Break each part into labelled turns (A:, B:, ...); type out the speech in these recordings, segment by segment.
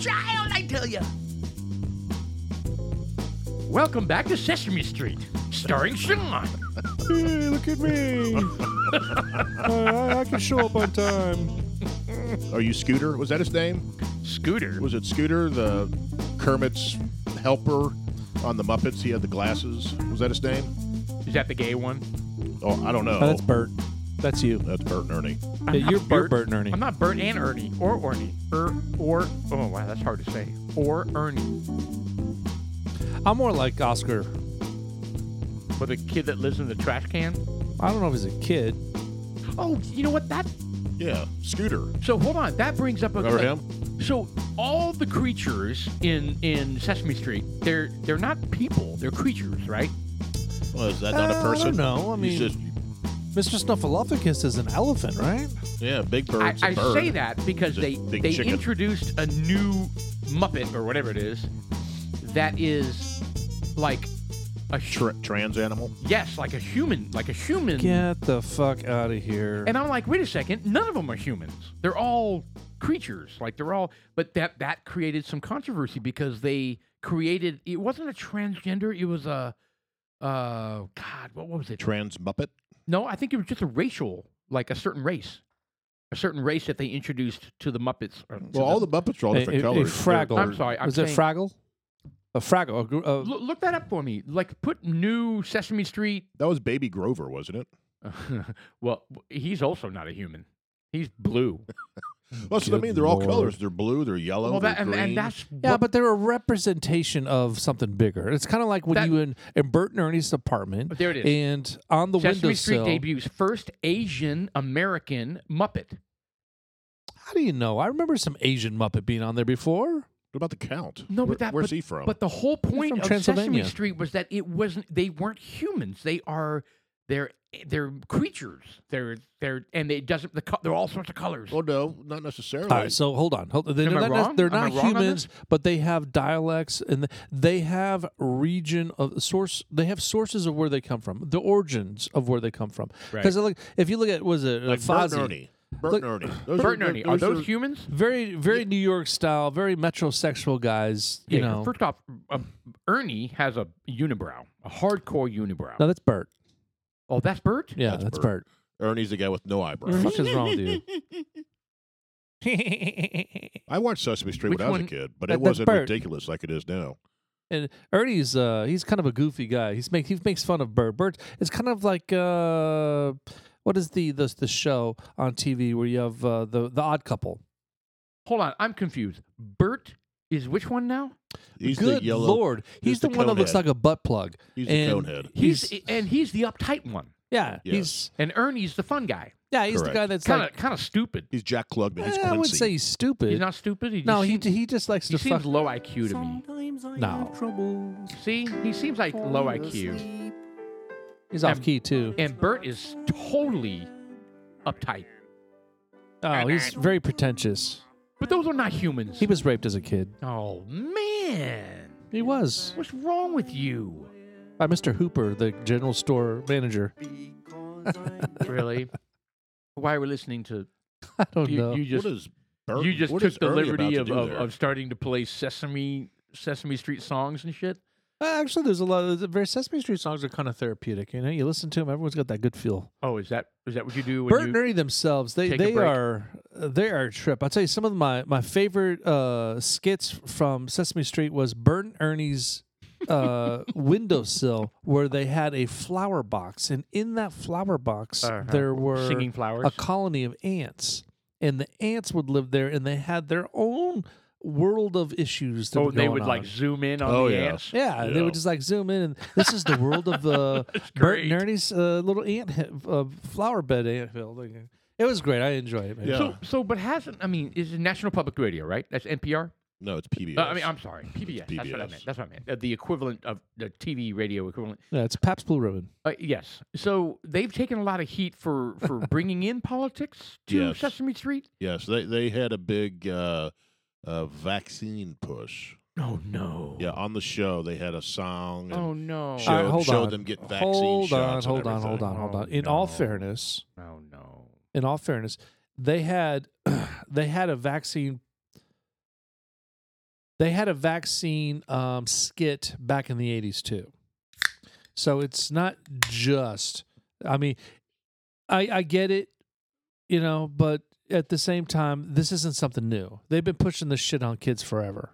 A: child, I tell you.
B: Welcome back to Sesame Street, starring Sean.
C: Hey, look at me. I, I, I can show up on time.
D: Are you Scooter? Was that his name?
B: Scooter.
D: Was it Scooter, the Kermit's helper on the Muppets? He had the glasses. Was that his name?
B: Is that the gay one?
D: Oh, I don't know.
C: Oh, that's Bert. That's you.
D: That's Bert and Ernie.
B: I'm
C: Yeah,
B: not
C: you're- you're Bert and Ernie.
B: I'm not Bert and Ernie or Ernie or or oh wow, that's hard to say. Or Ernie,
C: I'm more like Oscar.
B: but the kid that lives in the trash can.
C: I don't know if he's a kid.
B: Oh, you know what? That
D: Yeah, Scooter.
B: so hold on. That brings up a
D: Remember him?
B: So all the creatures in in Sesame Street, they're they're not people. They're creatures, right?
D: Well, is that not a person?
C: No, I mean,
D: He's just,
C: Mr. Snuffleupagus is an elephant, right?
D: yeah, big
B: I,
D: bird's a
B: I
D: bird.
B: say that because
D: It's a
B: they
D: big
B: they
D: chicken.
B: introduced a new Muppet or whatever it is that is like a hu-
D: Tra- trans animal.
B: yes, like a human, like a human.
C: Get the fuck out of here.
B: And I'm like, wait a second, none of them are humans. They're all creatures. Like they're all but that that created some controversy because they created it wasn't a transgender, it was a uh god, what was it?
D: Trans Muppet.
B: No, I think it was just a racial, like a certain race. A certain race that they introduced to the Muppets. Or to
D: Well, all the Muppets are all
C: A-
D: different
C: a- a
D: colors.
C: Fraggle.
B: I'm sorry, I'm
C: is it
B: saying-
C: Fraggle? A Fraggle. A, gr- a,
B: Look, look that up for me. Like, put new Sesame Street.
D: That was Baby Grover, wasn't it?
B: well, he's also not a human. He's blue.
D: Well, that's what I
C: Good
D: mean. They're all
C: Lord.
D: colors. They're blue. They're yellow.
B: well, that,
D: they're
B: and,
D: green.
B: and that's
C: yeah,
B: what-
C: but they're a representation of something bigger. It's kind of like when
B: That-
C: you in, in Bert and Ernie's apartment,
B: there it is.
C: and on the
B: Sesame Street
C: windowsill.
B: debuts first Asian American Muppet.
C: How do you know? I remember some Asian Muppet being on there before.
D: What about the Count?
B: No, but
D: Where-
B: that-
D: where's he from?
B: But the whole
C: from
B: point of Sesame
C: Transylvania.
B: Street was that it wasn't. They weren't humans. They are. They're they're creatures. They're they're and it doesn't. The co- they're all sorts of colors.
D: oh no, not necessarily.
C: All right, so hold on. Hold, they're
B: Am I
C: not,
B: wrong?
C: they're
B: Am I
C: not
B: wrong on
C: humans, but they have dialects and th- they have region of source. They have sources of where they come from, the origins of where they come from. Because look, if you look at was it uh,
D: like Bert
C: Fozzie?
D: and Ernie. Bert
C: Look-
D: and Ernie. Those
B: Bert and Ernie. Are those
D: are-
B: humans?
C: very very New York style, very metrosexual guys. You
B: Yeah,
C: know,
B: First off, uh, Ernie has a unibrow, a hardcore unibrow.
C: no, that's Bert.
B: oh, that's Bert.
C: Yeah,
D: That's
C: that's,
D: Bert.
C: Bert.
D: Ernie's the guy with no
B: Mm-hmm.
D: eyebrows.
C: What the fuck is wrong with you?
D: I watched Sesame Street
B: Which
D: when I was a
B: one-
D: kid, but
C: that-
D: it
C: that's
D: wasn't
C: Bert.
D: ridiculous like it is now.
C: and Ernie's uh, he's kind of a goofy guy. He's make he makes fun of Bert. Bert is kind of like uh, what is the the the show on TV where you have uh, the the Odd Couple.
B: Hold on, I'm confused. Bert is which one now?
D: He's
C: Good
D: the yellow.
C: lord, he's,
D: he's
C: the,
D: the
C: one that looks
D: conehead.
C: like a butt plug.
D: He's the
C: and
D: conehead.
B: He's,
C: He's,
B: and he's the uptight one,
C: yeah,
D: Yes.
C: he's
B: and Ernie's the fun guy.
C: yeah, he's
D: Correct.
C: the guy that's
B: Kind of
C: like.
B: kind of stupid.
D: He's Jack Klugman. He's
C: eh,
D: Quincy.
C: I wouldn't say he's stupid.
B: He's not stupid. He just
C: no, he
B: seems,
C: he just likes
B: he
C: to fuck.
B: seems low IQ to me.
C: no,
B: See, he seems like low IQ,
C: he's off
B: Um,
C: key too.
B: and Bert is totally uptight.
C: Oh, he's very pretentious.
B: But those are not humans.
C: He was raped as a kid.
B: oh man,
C: He was
B: what's wrong with you?
C: by Mr. Hooper, the general store manager.
B: Really? Why we're listening to
C: I
D: Oh,
C: don't
B: you,
C: know.
B: you just
D: what is Bert?
B: you just
D: what
B: took
D: is
B: the
D: Ernie about
B: liberty
D: to
B: of,
D: do
B: of,
D: there?
B: of starting to play Sesame Sesame Street songs and shit.
C: Uh, Actually, there's a lot of the very Sesame Street songs are kind of therapeutic. You know, you listen to them, everyone's got that good feel.
B: Oh, is that is that what you do? When
C: Bert
B: you,
C: and Ernie themselves, they
B: take a
C: they
B: break.
C: are they are a trip. I'll tell you, some of my my favorite uh, skits from Sesame Street was Bert and Ernie's uh, windowsill, where they had a flower box, and in that flower box
B: Uh-huh.
C: there were
B: singing flowers.
C: a colony of ants, and the ants would live there, and they had their own world of issues. That
B: oh,
C: were
B: they
C: going
B: would
C: on.
B: like zoom in on
D: Oh,
B: the
D: yeah.
B: ants.
C: Yeah, they
D: Yeah.
C: would just like zoom in, and this is the world of uh, Bert and
B: great.
C: Ernie's uh, little ant hi- uh, flower bed ant hill. Like, It was great. I enjoyed it. Man.
D: Yeah.
B: So, so, but hasn't I mean, is it National Public Radio right? That's NPR.
D: no, it's PBS.
B: Uh, I mean, I'm sorry, PBS. That's what I
D: PBS.
B: meant. That's what I meant. Uh, the equivalent of the TV radio equivalent.
C: Yeah, it's Pabst Blue Ribbon.
B: Uh, yes. So they've taken a lot of heat for for bringing in politics to
D: Yes.
B: Sesame Street.
D: yes, they they had a big uh, uh, vaccine push.
B: Oh no.
D: Yeah, on the show they had a song. And
B: Oh no.
D: Show-
C: All right, hold
D: show
C: on.
D: them getting vaccine
C: hold
D: shots and
C: on, hold on, hold
D: everything.
C: on, hold
B: Oh,
C: on. In all
B: no.
C: fairness,
B: oh no.
C: in all fairness, they had they had a vaccine They had a vaccine um, skit back in the 80s too. So it's not just, I mean, I, I get it, you know, but at the same time, this isn't something new. They've been pushing this shit on kids forever.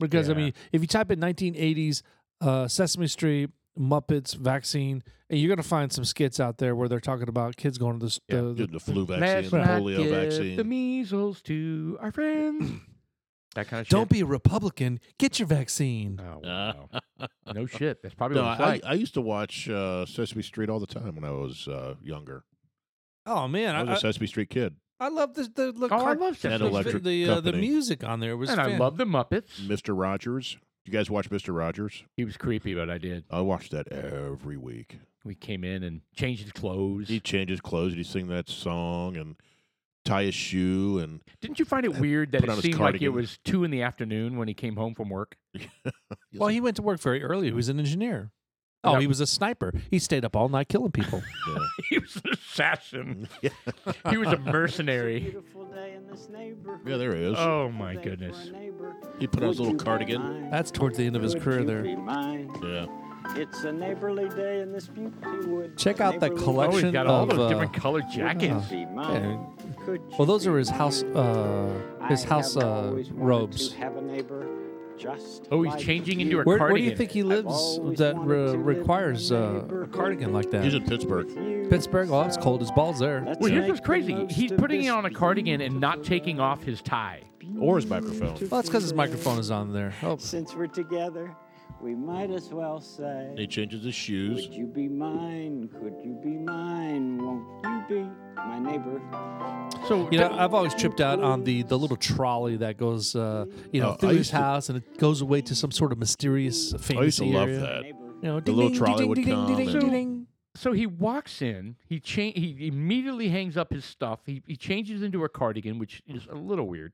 C: Because, I
B: Yeah.
C: mean, if you type in 1980s uh, Sesame Street, Muppets, vaccine, and you're going to find some skits out there where they're talking about kids going to the,
D: Yeah,
C: the,
D: did the flu
B: Let's
D: vaccine, the
B: not
D: polio
B: give
D: vaccine.
B: the measles to our friends. that kind of shit.
C: Don't be a Republican. Get your vaccine.
B: Oh,
D: Uh.
B: wow. no shit. That's probably
D: no,
B: what it's
D: I,
B: like.
D: I used to watch uh, Sesame Street all the time when I was uh, younger.
C: Oh man,
D: I was a
C: I, I,
D: Sesame Street kid.
C: I love the the, the,
B: oh, I
C: car-
B: love
D: That
B: Sesame
D: electric-
B: Street.
C: the uh, the
D: company.
C: music on there was.
B: And I
C: fan-
B: love the Muppets.
D: Mr. Rogers. You guys watch Mr. Rogers?
B: He was creepy, but I did.
D: I watched that every week.
B: We came in and changed his clothes.
D: He'd change his clothes and he'd sing that song and tie his shoe and
B: Didn't you find it weird that
D: put on
B: it
D: his
B: seemed like it
D: cardigan.
B: was two in the afternoon when he came home from work?
C: Well, he went to work very early. He was an engineer. Oh,
B: Yeah.
C: he was a sniper. He stayed up all night killing people.
B: he was an assassin. he was a mercenary.
A: Beautiful day in this neighborhood.
D: Yeah, there he is.
B: Oh my goodness.
D: he put on his little cardigan.
C: That's towards the end of his career there.
D: Yeah.
A: It's a neighborly day in this beauty wood.
C: Check out the
A: Neighborly
B: Oh,
C: collection
B: he's
A: would
B: got all
C: of,
B: those
C: uh,
B: different colored jackets.
A: be mine. Could
C: Well,
A: you
C: those
A: be
C: are his
A: mine?
C: house uh, his
A: I
C: house
A: have
C: uh,
A: always wanted
C: robes.
A: to have a neighbor just
B: Oh, he's
A: like
B: changing
A: you.
B: into a
C: Where,
B: cardigan.
C: where do you think he lives
A: always
C: that
A: wanted to
C: re-
A: live in
C: requires
A: a
C: uh, a
A: neighborhood
C: cardigan like
D: He's
C: that?
D: in Pittsburgh.
A: You,
C: Pittsburgh. Well, it's
A: so
C: cold as balls there.
A: let's
B: well, here's
A: make
B: what's
A: the
B: crazy.
A: most
B: He's
A: of
B: putting
A: this
B: it on a cardigan and not
A: beautiful
B: taking off his tie.
D: Or his microphone.
C: Well, that's because his microphone is on there. Oh,
A: Since we're together, we might as well say.
D: He changes his shoes.
A: Would you be mine? Could you be mine? Won't you be my neighbor?
B: So
C: You know, I've always tripped out on the the little trolley that goes, uh, you know,
D: Oh, I
C: through his
D: used to-
C: house and it goes away to some sort of mysterious fantasy
D: I used to love
C: area.
D: that.
A: Neighbor.
C: You know,
D: The little trolley would come and-
B: so he walks in. He cha- He immediately hangs up his stuff. He he changes into a cardigan, which is a little weird.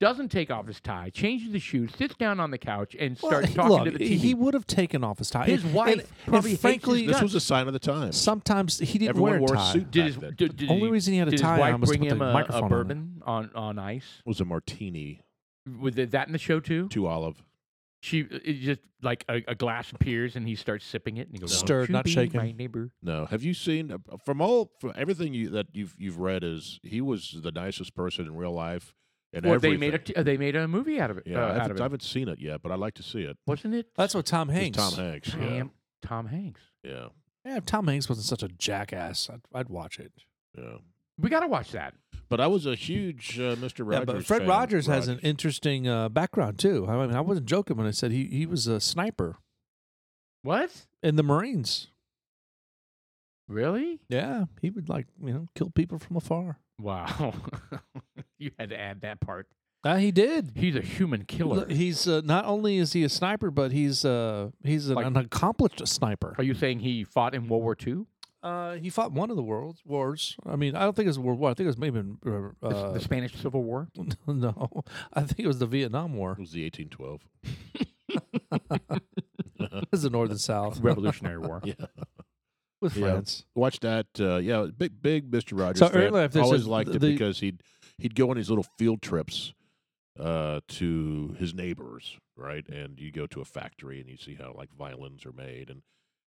B: Doesn't take off his tie. Changes the shoes. Sits down on the couch and starts
C: Well,
B: talking to
C: look,
B: the TV.
C: He would have taken off his tie.
B: His
C: And-
B: wife
C: and- and
B: probably hates his
C: frankly,
D: This was a sign of the time.
C: sometimes he didn't
D: Everyone
C: wear
D: wore a
C: tie.
D: suit.
B: did his
D: back then.
B: did, did
C: Only
B: he,
C: reason he had a
B: did
C: tie
B: his wife
C: on was to
B: bring
C: put the
B: him a,
C: microphone
B: a
C: on it.
B: bourbon on, on ice?
D: It was a martini
B: Was it that in the show too?
D: to olive.
B: She it just like a, a glass appears and he starts sipping it and he goes, "Won't
C: Stirred,
B: you
C: not
B: be
C: shaken.
B: My neighbor.
D: No, have you seen uh, from all from everything you, that you've you've read is he was the nicest person in real life and
B: Well, they
D: everything.
B: made a t- uh, they made a movie out of it.
D: yeah,
B: uh,
D: I,
B: out
D: haven't,
B: of
D: I
B: it.
D: haven't seen it yet, but I'd like to see it.
B: Wasn't it?
C: That's what Tom Hanks.
D: It's Tom Hanks. Yeah,
B: Tom, Tom Hanks.
D: yeah,
C: Yeah, if Tom Hanks wasn't such a jackass, I'd, I'd watch it.
D: yeah.
B: We got to watch that.
D: But I was a huge uh, Mr. Rogers.
C: yeah, but Fred
D: fan.
C: Rogers has an
D: Rogers.
C: interesting uh, background too. I mean, I wasn't joking when I said he, he was a sniper
B: What?
C: in the Marines.
B: Really?
C: Yeah, he would like you know kill people from afar.
B: Wow. you had to add that part.
C: Uh, he did.
B: He's a human killer.
C: He's uh, not only is he a sniper, but he's uh, he's an,
B: Like-
C: an accomplished sniper.
B: Are you saying he fought in World War II?
C: Uh, he fought one of the world's wars. I mean, I don't think it was World War. I think it was maybe uh,
B: The, s- the Spanish Civil War?
C: uh, no. I think it was the Vietnam War.
D: It was the 1812.
C: It was the North and South
B: Revolutionary War.
D: Yeah.
C: with
D: Yeah.
C: France.
D: Watch that. Uh, yeah, big big Mr. Rogers.
C: So
D: fan.
C: earlier if there's
D: always
C: a-
D: liked it
C: the-
D: because he'd he'd go on these little field trips uh, to his neighbors, right? And you go to a factory and you see how like violins are made, and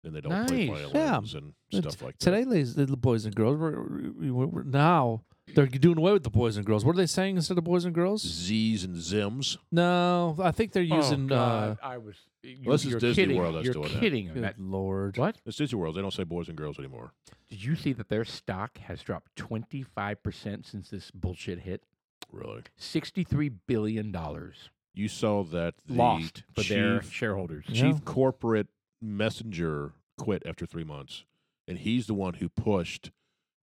D: then they don't play
B: Nice.
C: Yeah.
D: violins and
C: It's-
D: stuff like
C: Today,
D: that.
C: ladies, little boys and girls, we're, we- we- we're- now they're doing away with the boys and girls. What are they saying instead of boys and girls?
D: Z's and Zims.
C: No, I think they're
B: Oh,
C: using. uh,
B: God, I was. You,
D: Well, this is
B: you're
D: Disney
B: kidding.
D: World that's
B: you're
D: doing that.
B: kidding.
C: good
B: That.
C: Lord.
B: What?
D: It's Disney World. They don't say boys and girls anymore.
B: Did you see that their stock has dropped 25% since this bullshit hit?
D: Really?
B: $63 billion
D: You saw that the
B: lost for their
D: chief-
B: shareholders.
C: Yeah.
D: chief corporate messenger quit after three months, and he's the one who pushed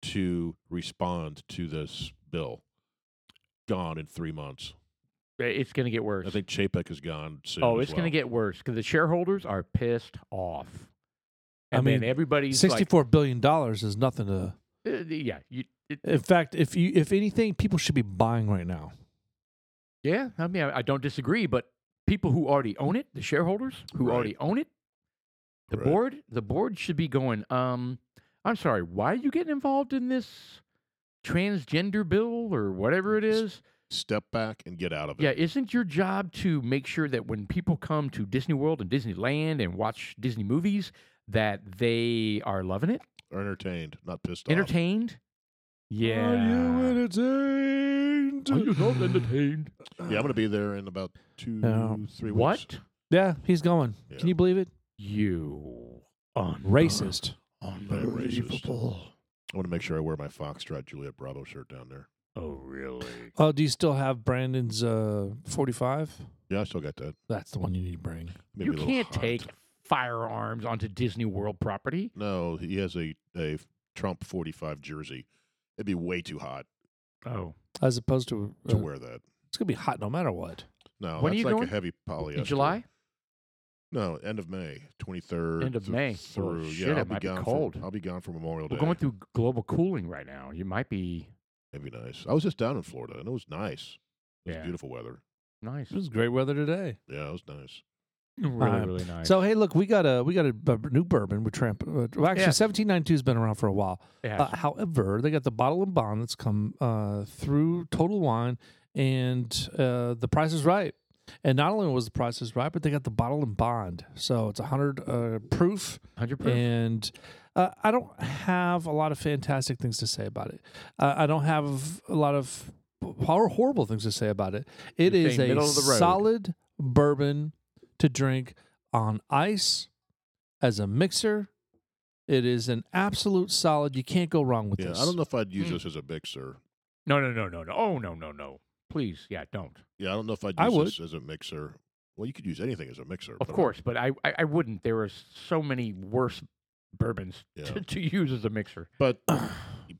D: to respond to this bill. Gone in three months.
B: It's going to get worse.
D: I think Chapek is gone soon.
B: oh,
D: as
B: it's going
D: well.
B: to get worse because the shareholders are pissed off.
C: I
B: And then
C: mean,
B: everybody's like,
C: Sixty-four billion dollars is nothing to.
B: Uh, yeah, you, it,
D: Uh,
C: In fact, if you if anything, people should be buying right now.
B: yeah. I mean, I, I don't disagree, but people who already own it, the shareholders who
D: Right.
B: already own it, the
D: Right.
B: board, the board should be going. Um, I'm sorry, why are you getting involved in this transgender bill or whatever it is?
D: step back and get out of it.
B: Yeah, isn't your job to make sure that when people come to Disney World and Disneyland and watch Disney movies, that they are loving it,
D: Entertained, not pissed off.
B: entertained? Yeah.
C: Are you entertained?
B: Are you not entertained?
D: Yeah, I'm gonna be there in about two,
C: Um,
D: three weeks.
B: What?
C: Yeah, he's going.
D: Yeah.
C: Can you believe it?
B: You un-
C: Racist.
D: Very racist.
B: Unbelievable.
D: I want to make sure I wear my Foxtrot Juliet Bravo shirt down there.
B: Oh, really?
C: Oh, do you still have Brandon's uh 45?
D: Yeah, I still got that.
C: That's the one you need to bring.
B: you
D: Made me a little
B: can't
D: hot.
B: take firearms onto Disney World property.
D: No, he has a a Trump 45 jersey. It'd be way too hot
B: Oh.
C: As opposed to,
D: to
C: uh,
D: wear that.
C: it's gonna be hot no matter what.
D: No,
B: When are
D: that's
B: you
D: like
B: going?
D: a heavy polyester.
B: In July?
D: No, end of May, twenty third.
B: End of May.
D: Through
B: Oh,
D: yeah,
B: shit,
D: I'll
B: it
D: be
B: might be
D: gone for-
B: cold.
D: I'll be gone for Memorial Day.
B: We're going through global cooling right now. You might be
D: That'd be nice. I was just down in Florida and it was nice. It was
B: Yeah.
D: beautiful weather.
B: nice.
C: It was great weather today.
D: Yeah, it was nice.
B: Really,
C: Um,
B: really nice.
C: So hey, look, we got a we got a, a new bourbon with Tramp. Uh, well, actually,
B: Yeah.
C: 1792 has been around for a while.
B: yeah,
C: Uh, however, they got the bottle and bond that's come uh, through Total Wine, and uh, the price is right. And not only was the price is right, but they got the bottle and bond, so it's 100 uh, proof.
B: 100
D: Hmm.
B: proof.
C: And uh, I don't have a lot of fantastic things to say about it. Uh, I don't have a lot of hor- horrible things to say about it. It
B: You're
C: is
B: saying
C: a
B: middle of the road.
C: solid bourbon to drink on ice as a mixer. It is an absolute solid. You can't go wrong with
D: Yeah,
C: this.
D: I don't know if I'd use
B: Mm.
D: this as a mixer.
B: no, no, no, no, no. Oh, no, no, no. Please, yeah, don't.
D: Yeah, I don't know if I'd use
C: I would.
D: this as a mixer. Well, you could use anything as a mixer.
B: Of
D: but I'm-
B: course, but I, I, I wouldn't. There are so many worse bourbons
D: Yeah.
B: to, to use as a mixer.
D: But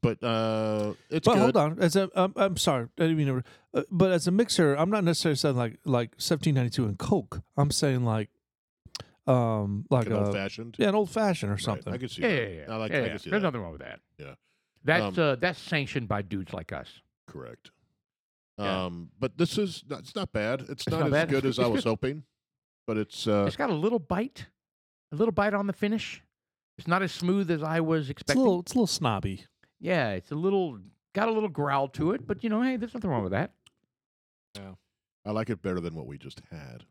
D: but uh, it's
C: but
D: good.
C: hold on, as a, I'm, I'm sorry, I didn't mean to, uh, but as a mixer, I'm not necessarily saying like like 1792 and Coke. I'm saying like, um, like
D: Like an
C: a,
D: old fashioned.
C: yeah, an old fashioned or something.
D: I can see
B: Yeah, yeah,
D: that.
B: yeah.
D: I like.
B: yeah,
D: I
B: yeah.
D: can see
B: There's
D: that.
B: nothing wrong with that.
D: Yeah.
B: That's
D: Um,
B: uh, that's sanctioned by dudes like us.
D: Correct.
B: Yeah.
D: Um, but this is not, it's not bad. It's, not,
B: not
D: as
B: bad.
D: good
B: It's-
D: as I
B: it's
D: was
B: good.
D: hoping, but it's uh,
B: it's got a little bite, a little bite on the finish. It's not as smooth as I was
C: It's a
B: expecting.
C: little, it's a little snobby.
B: yeah, it's a little got a little growl to it, but you know, hey, there's nothing wrong with that.
D: I like it better than what we just had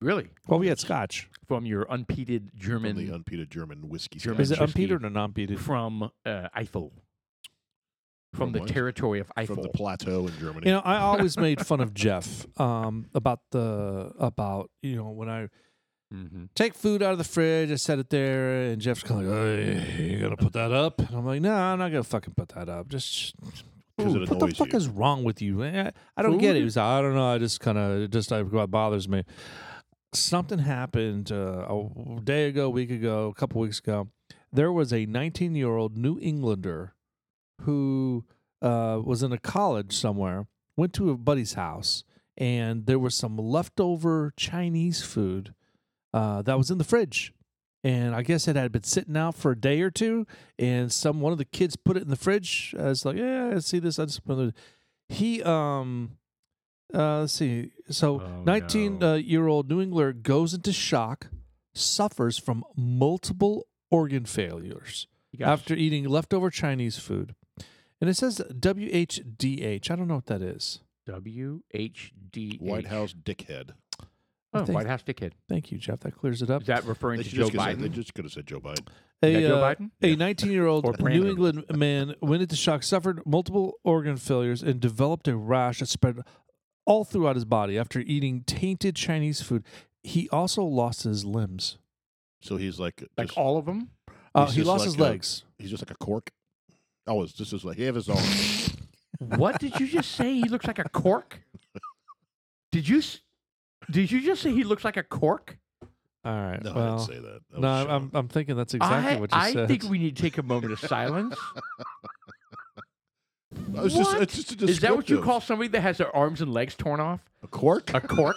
B: Really,
C: Well, we had Oh, scotch.
B: from your unpeated German,
D: from the unpeated German whiskey.
B: German
C: Is
D: scotch.
C: it
B: Manchester.
C: unpeated or non-peated?
B: from uh, Eiffel, from,
D: From
B: the
D: what?
B: territory of Eiffel.
D: from the plateau in Germany?
C: You know, I always made fun of Jeff um, about the about you know when I
B: mm-hmm.
C: take food out of the fridge, I set it there, and Jeff's kind of like, "Hey, you gonna put that up?" And I'm like, "No, I'm not gonna fucking put that up. Just
D: 'Cause it
C: Ooh, what the
D: annoys
C: fuck
D: you."
C: is wrong with you? man? I, I don't get it.
B: Food?
C: He's like, I don't know. I just kind of it just I, what bothers me. Something happened uh, a day ago, week ago, a couple weeks ago. There was a 19 year old New Englander who uh, was in a college somewhere, went to a buddy's house, and there was some leftover Chinese food uh, that was in the fridge. And I guess it had been sitting out for a day or two, and some one of the kids put it in the fridge. I was like, "Yeah, I see this." I just put it." He um, uh, let's see. So
B: Oh,
C: nineteen
B: no.
C: uh, year old New Englander goes into shock, suffers from multiple organ failures after eating leftover Chinese food. And it says WHDH. I don't know what that is.
B: W H D E.
D: White House dickhead.
B: oh,
C: I think-
B: White House ticket.
C: Thank you, Jeff. That clears it up.
B: Is that referring
D: They
B: to
D: should
B: Joe
D: just gonna say-
B: Biden?
D: they just could have said Joe Biden.
C: a,
B: Yeah, Joe
C: uh,
B: Biden?
C: a 19 year
B: Or
C: old New
B: Brandon.
C: England man went into shock, suffered multiple organ failures, and developed a rash that spread all throughout his body after eating tainted Chinese food. He also lost his limbs.
D: So he's like,
B: like
D: just-
B: all of them?
C: Uh,
D: He's
C: he
D: just
C: lost
D: like
C: his
D: a-
C: legs.
D: he's just like a cork. Oh, it's just is like he have his arm.
B: What did you just say? He looks like a cork. Did you? s- Did you just say he looks like a cork?
C: All right.
D: no, I
C: well,
D: didn't say that. That was
C: no, I'm,
D: Sean.
C: I'm, I'm thinking that's exactly
B: I,
C: what you
B: I
C: said.
B: think we need to take a moment of silence.
D: It was just-
B: What?
D: it's just a
B: Is that what you
D: descriptive.
B: call somebody that has their arms and legs torn off?
D: a cork?
B: A cork?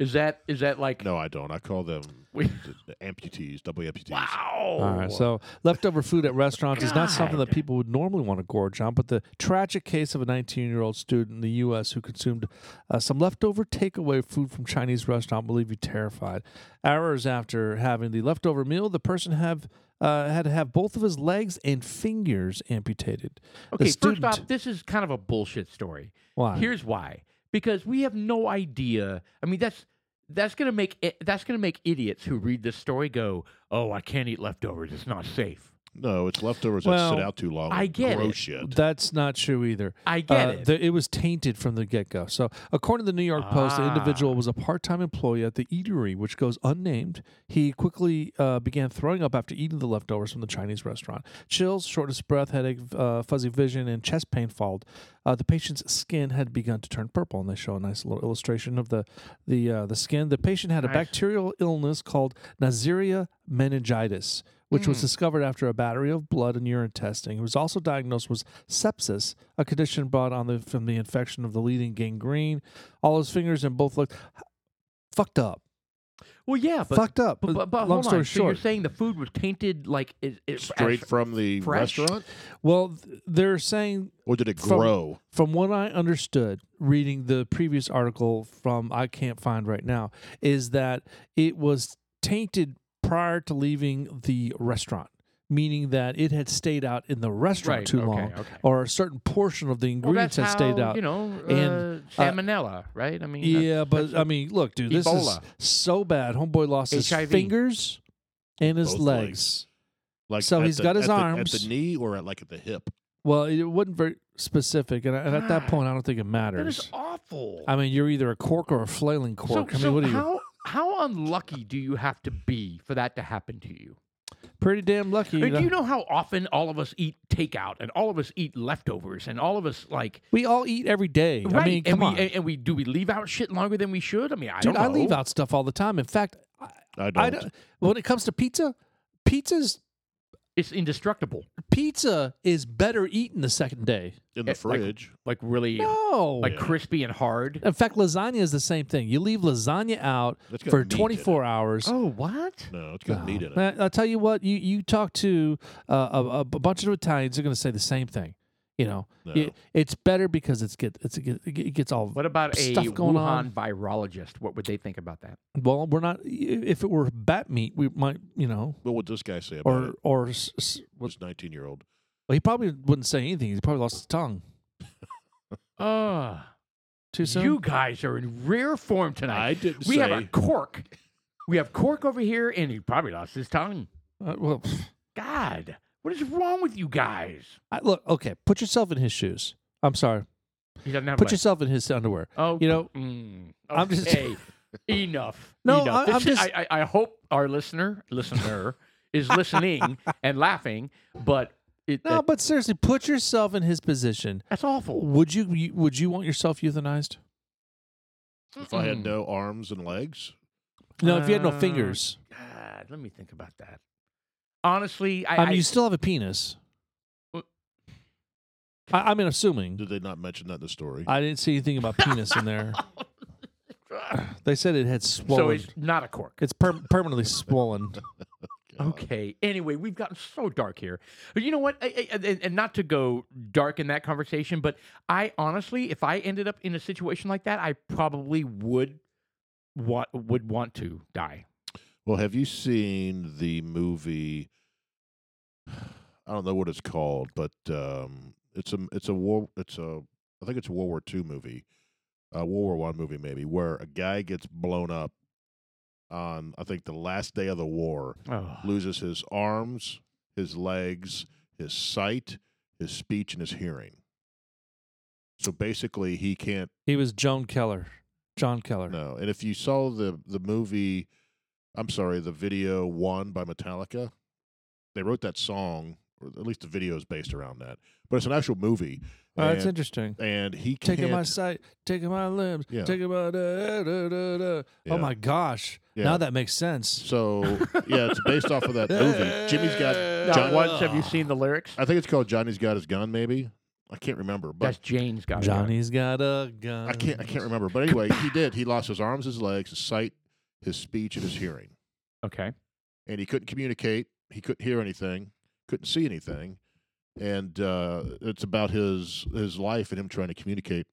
B: is that is that like
D: No, I don't. I call them
B: We-
D: the, the amputees, double amputees.
B: Wow.
C: All right, so leftover food at restaurants is not something that
B: God.
C: people would normally want to gorge on, but the tragic case of a 19 year old student in the U.S. who consumed uh, some leftover takeaway food from Chinese restaurant will leave you terrified. Hours after having the leftover meal, the person have uh, had to have both of his legs and fingers amputated. The
B: okay,
C: student-
B: first off, this is kind of a bullshit story.
C: why?
B: Here's why: because we have no idea. I mean, that's that's gonna make i- that's gonna make idiots who read this story go, "Oh, I can't eat leftovers. It's not safe."
D: No, it's leftovers that
C: Well,
D: sit out too long.
B: I
D: and
B: get it.
D: gross shit.
C: That's not true either.
B: I get
C: Uh,
B: it.
C: The, it was tainted from the get go. So, according to the New York Post, the individual
B: Ah.
C: was a part time employee at the eatery, which goes unnamed. He quickly uh, began throwing up after eating the leftovers from the Chinese restaurant. Chills, shortness of breath, headache, uh, fuzzy vision, and chest pain followed. Uh, the patient's skin had begun to turn purple, and they show a nice little illustration of the the uh, the skin. The patient had a
B: Nice.
C: bacterial illness called Neisseria meningitis. Which
B: Mm.
C: was discovered after a battery of blood and urine testing. He was also diagnosed with sepsis, a condition brought on the, from the infection of the leading gangrene. All his fingers and both looked fucked up.
B: well, yeah, but
C: fucked up.
B: but, but, but
C: uh, Long
B: hold
C: story
B: on. So
C: short.
B: you're saying the food was tainted like it, it, as-
D: Straight from the
B: fresh.
D: restaurant,
C: well, th- they're saying
D: or did it
C: From-
D: grow?
C: From what I understood reading the previous article from I can't find right now is that it was tainted prior to leaving the restaurant, meaning that it had stayed out in the restaurant
B: right,
C: too
B: okay,
C: long
B: Okay.
C: or a certain portion of the
B: Well, that's
C: ingredients
B: how,
C: had stayed out.
B: You know,
C: And,
B: uh, salmonella, right? I mean, that's-
C: yeah, but
B: that's-
C: I mean, look, dude, this
B: Ebola.
C: is so bad. Homeboy lost his
B: HIV.
C: fingers and his
D: Both
C: legs.
D: legs. Like
C: so
D: at
C: he's
D: the-
C: got his
D: at the- at
C: arms.
D: the knee or at like at the hip.
C: Well, it wasn't very specific, and, I- and at that
B: God.
C: point, I don't think it
B: that
C: matters.
B: is awful.
C: I mean, you're either a cork or a flailing
B: so,
C: cork. I mean,
B: so
C: what are you?
B: how how unlucky do you have to be for that to happen to you?
C: pretty damn lucky.
B: I mean,
C: you know?
B: do you know how often all of us eat takeout and all of us eat leftovers and all of us like
C: we all eat every day.
B: right?
C: I mean,
B: and
C: come
B: we
C: on,
B: and, and we do we leave out shit longer than we should? I mean, I
C: dude.
B: don't
C: I
B: know.
C: leave out stuff all the time. In fact, I,
D: I don't.
C: I don't, when it comes to pizza, pizza's
B: It's indestructible.
C: pizza is better eaten the second day.
D: in the
B: it- like-
D: fridge.
B: Like really,
C: No,
B: like crispy and hard.
C: in fact, lasagna is the same thing. You leave lasagna out
D: That's got
C: for
D: meat in it.
C: 24 hours.
B: Oh, what?
D: no, it's got
C: Oh,
D: meat in it.
C: man, I'll tell you what. You you talk to uh, a, a- a bunch of Italians, they're going to say the same thing. You know,
D: No.
C: It- it's better because it's get it's it gets all
B: What about a
C: Stuff going
B: Wuhan
C: on.
B: virologist? What would they think about that?
C: Well, we're not. i- If it were bat meat, we might, you know,
D: What would this guy say about
C: or
D: it?
C: or s- s- well,
D: This nineteen-year-old.
C: he probably wouldn't say anything. He probably lost his tongue
B: Uh,
C: too soon.
B: you guys are in rare form tonight.
D: I didn't
B: we
D: say.
B: have a cork. We have cork over here, and he probably lost his tongue.
C: Uh, well, pff,
B: God, what is wrong with you guys?
C: I, look, okay. Put yourself in his shoes. I'm sorry.
B: He doesn't have.
C: Put
B: legs.
C: yourself in his underwear.
B: Oh,
C: You know,
B: mm,
C: I'm just-
B: okay. enough.
C: No,
B: enough.
C: I- I'm
B: This is-
C: just-
B: I, I, I hope our listener, listener, is listening and laughing, but it,
C: No,
B: that-
C: but seriously, put yourself in his position.
B: that's awful.
C: Would you you- would you want yourself euthanized?
D: If I had
B: Mm-mm.
D: no arms and legs,
C: No, if you had no
B: Uh,
C: fingers.
B: God, let me think about that. Honestly, I,
C: I,
B: I-
C: mean, you still have a penis. I,
B: What?
C: I mean, assuming
D: did they not mention that in the story?
C: I didn't see anything about penis in there. They said it had swollen.
B: so it's not a cork.
C: It's per- permanently swollen.
D: God.
B: Okay. Anyway, we've gotten so dark here. But you know what? I, I- and, and not to go dark in that conversation, but I honestly, if I ended up in a situation like that, I probably would want would want to die.
D: Well, have you seen the movie? I don't know what it's called, but um, it's a it's a war it's a I think it's a World War II movie, uh, World War One movie maybe, where a guy gets blown up on I think the last day of the war,
B: Oh.
D: loses his arms, his legs, his sight, his speech, and his hearing. So basically, he can't
C: He was Joan Keller. John Keller.
D: no, and if you saw the the movie, I'm sorry, the video one by Metallica, they wrote that song, or at least the video is based around that. But it's an actual movie,
C: Oh, that's
D: and,
C: interesting.
D: and he can't.
C: Taking my sight, taking my limbs,
D: Yeah.
C: taking my. Da, da, da, da.
D: Yeah.
C: Oh my gosh!
D: Yeah.
C: Now that makes sense.
D: so yeah, it's based off of that movie. Jimmy's got.
C: Yeah.
B: Not
D: John,
C: what-
B: once have you seen the lyrics?
D: I think it's called Johnny's got his gun. Maybe I can't remember, but
B: That's Jane's got
C: Johnny's got a gun.
D: I can't. I can't remember. But anyway, he did. He lost his arms, his legs, his sight, his speech, and his hearing.
B: Okay.
D: and he couldn't communicate. He couldn't hear anything, couldn't see anything, and uh, it's about his his life and him trying to communicate.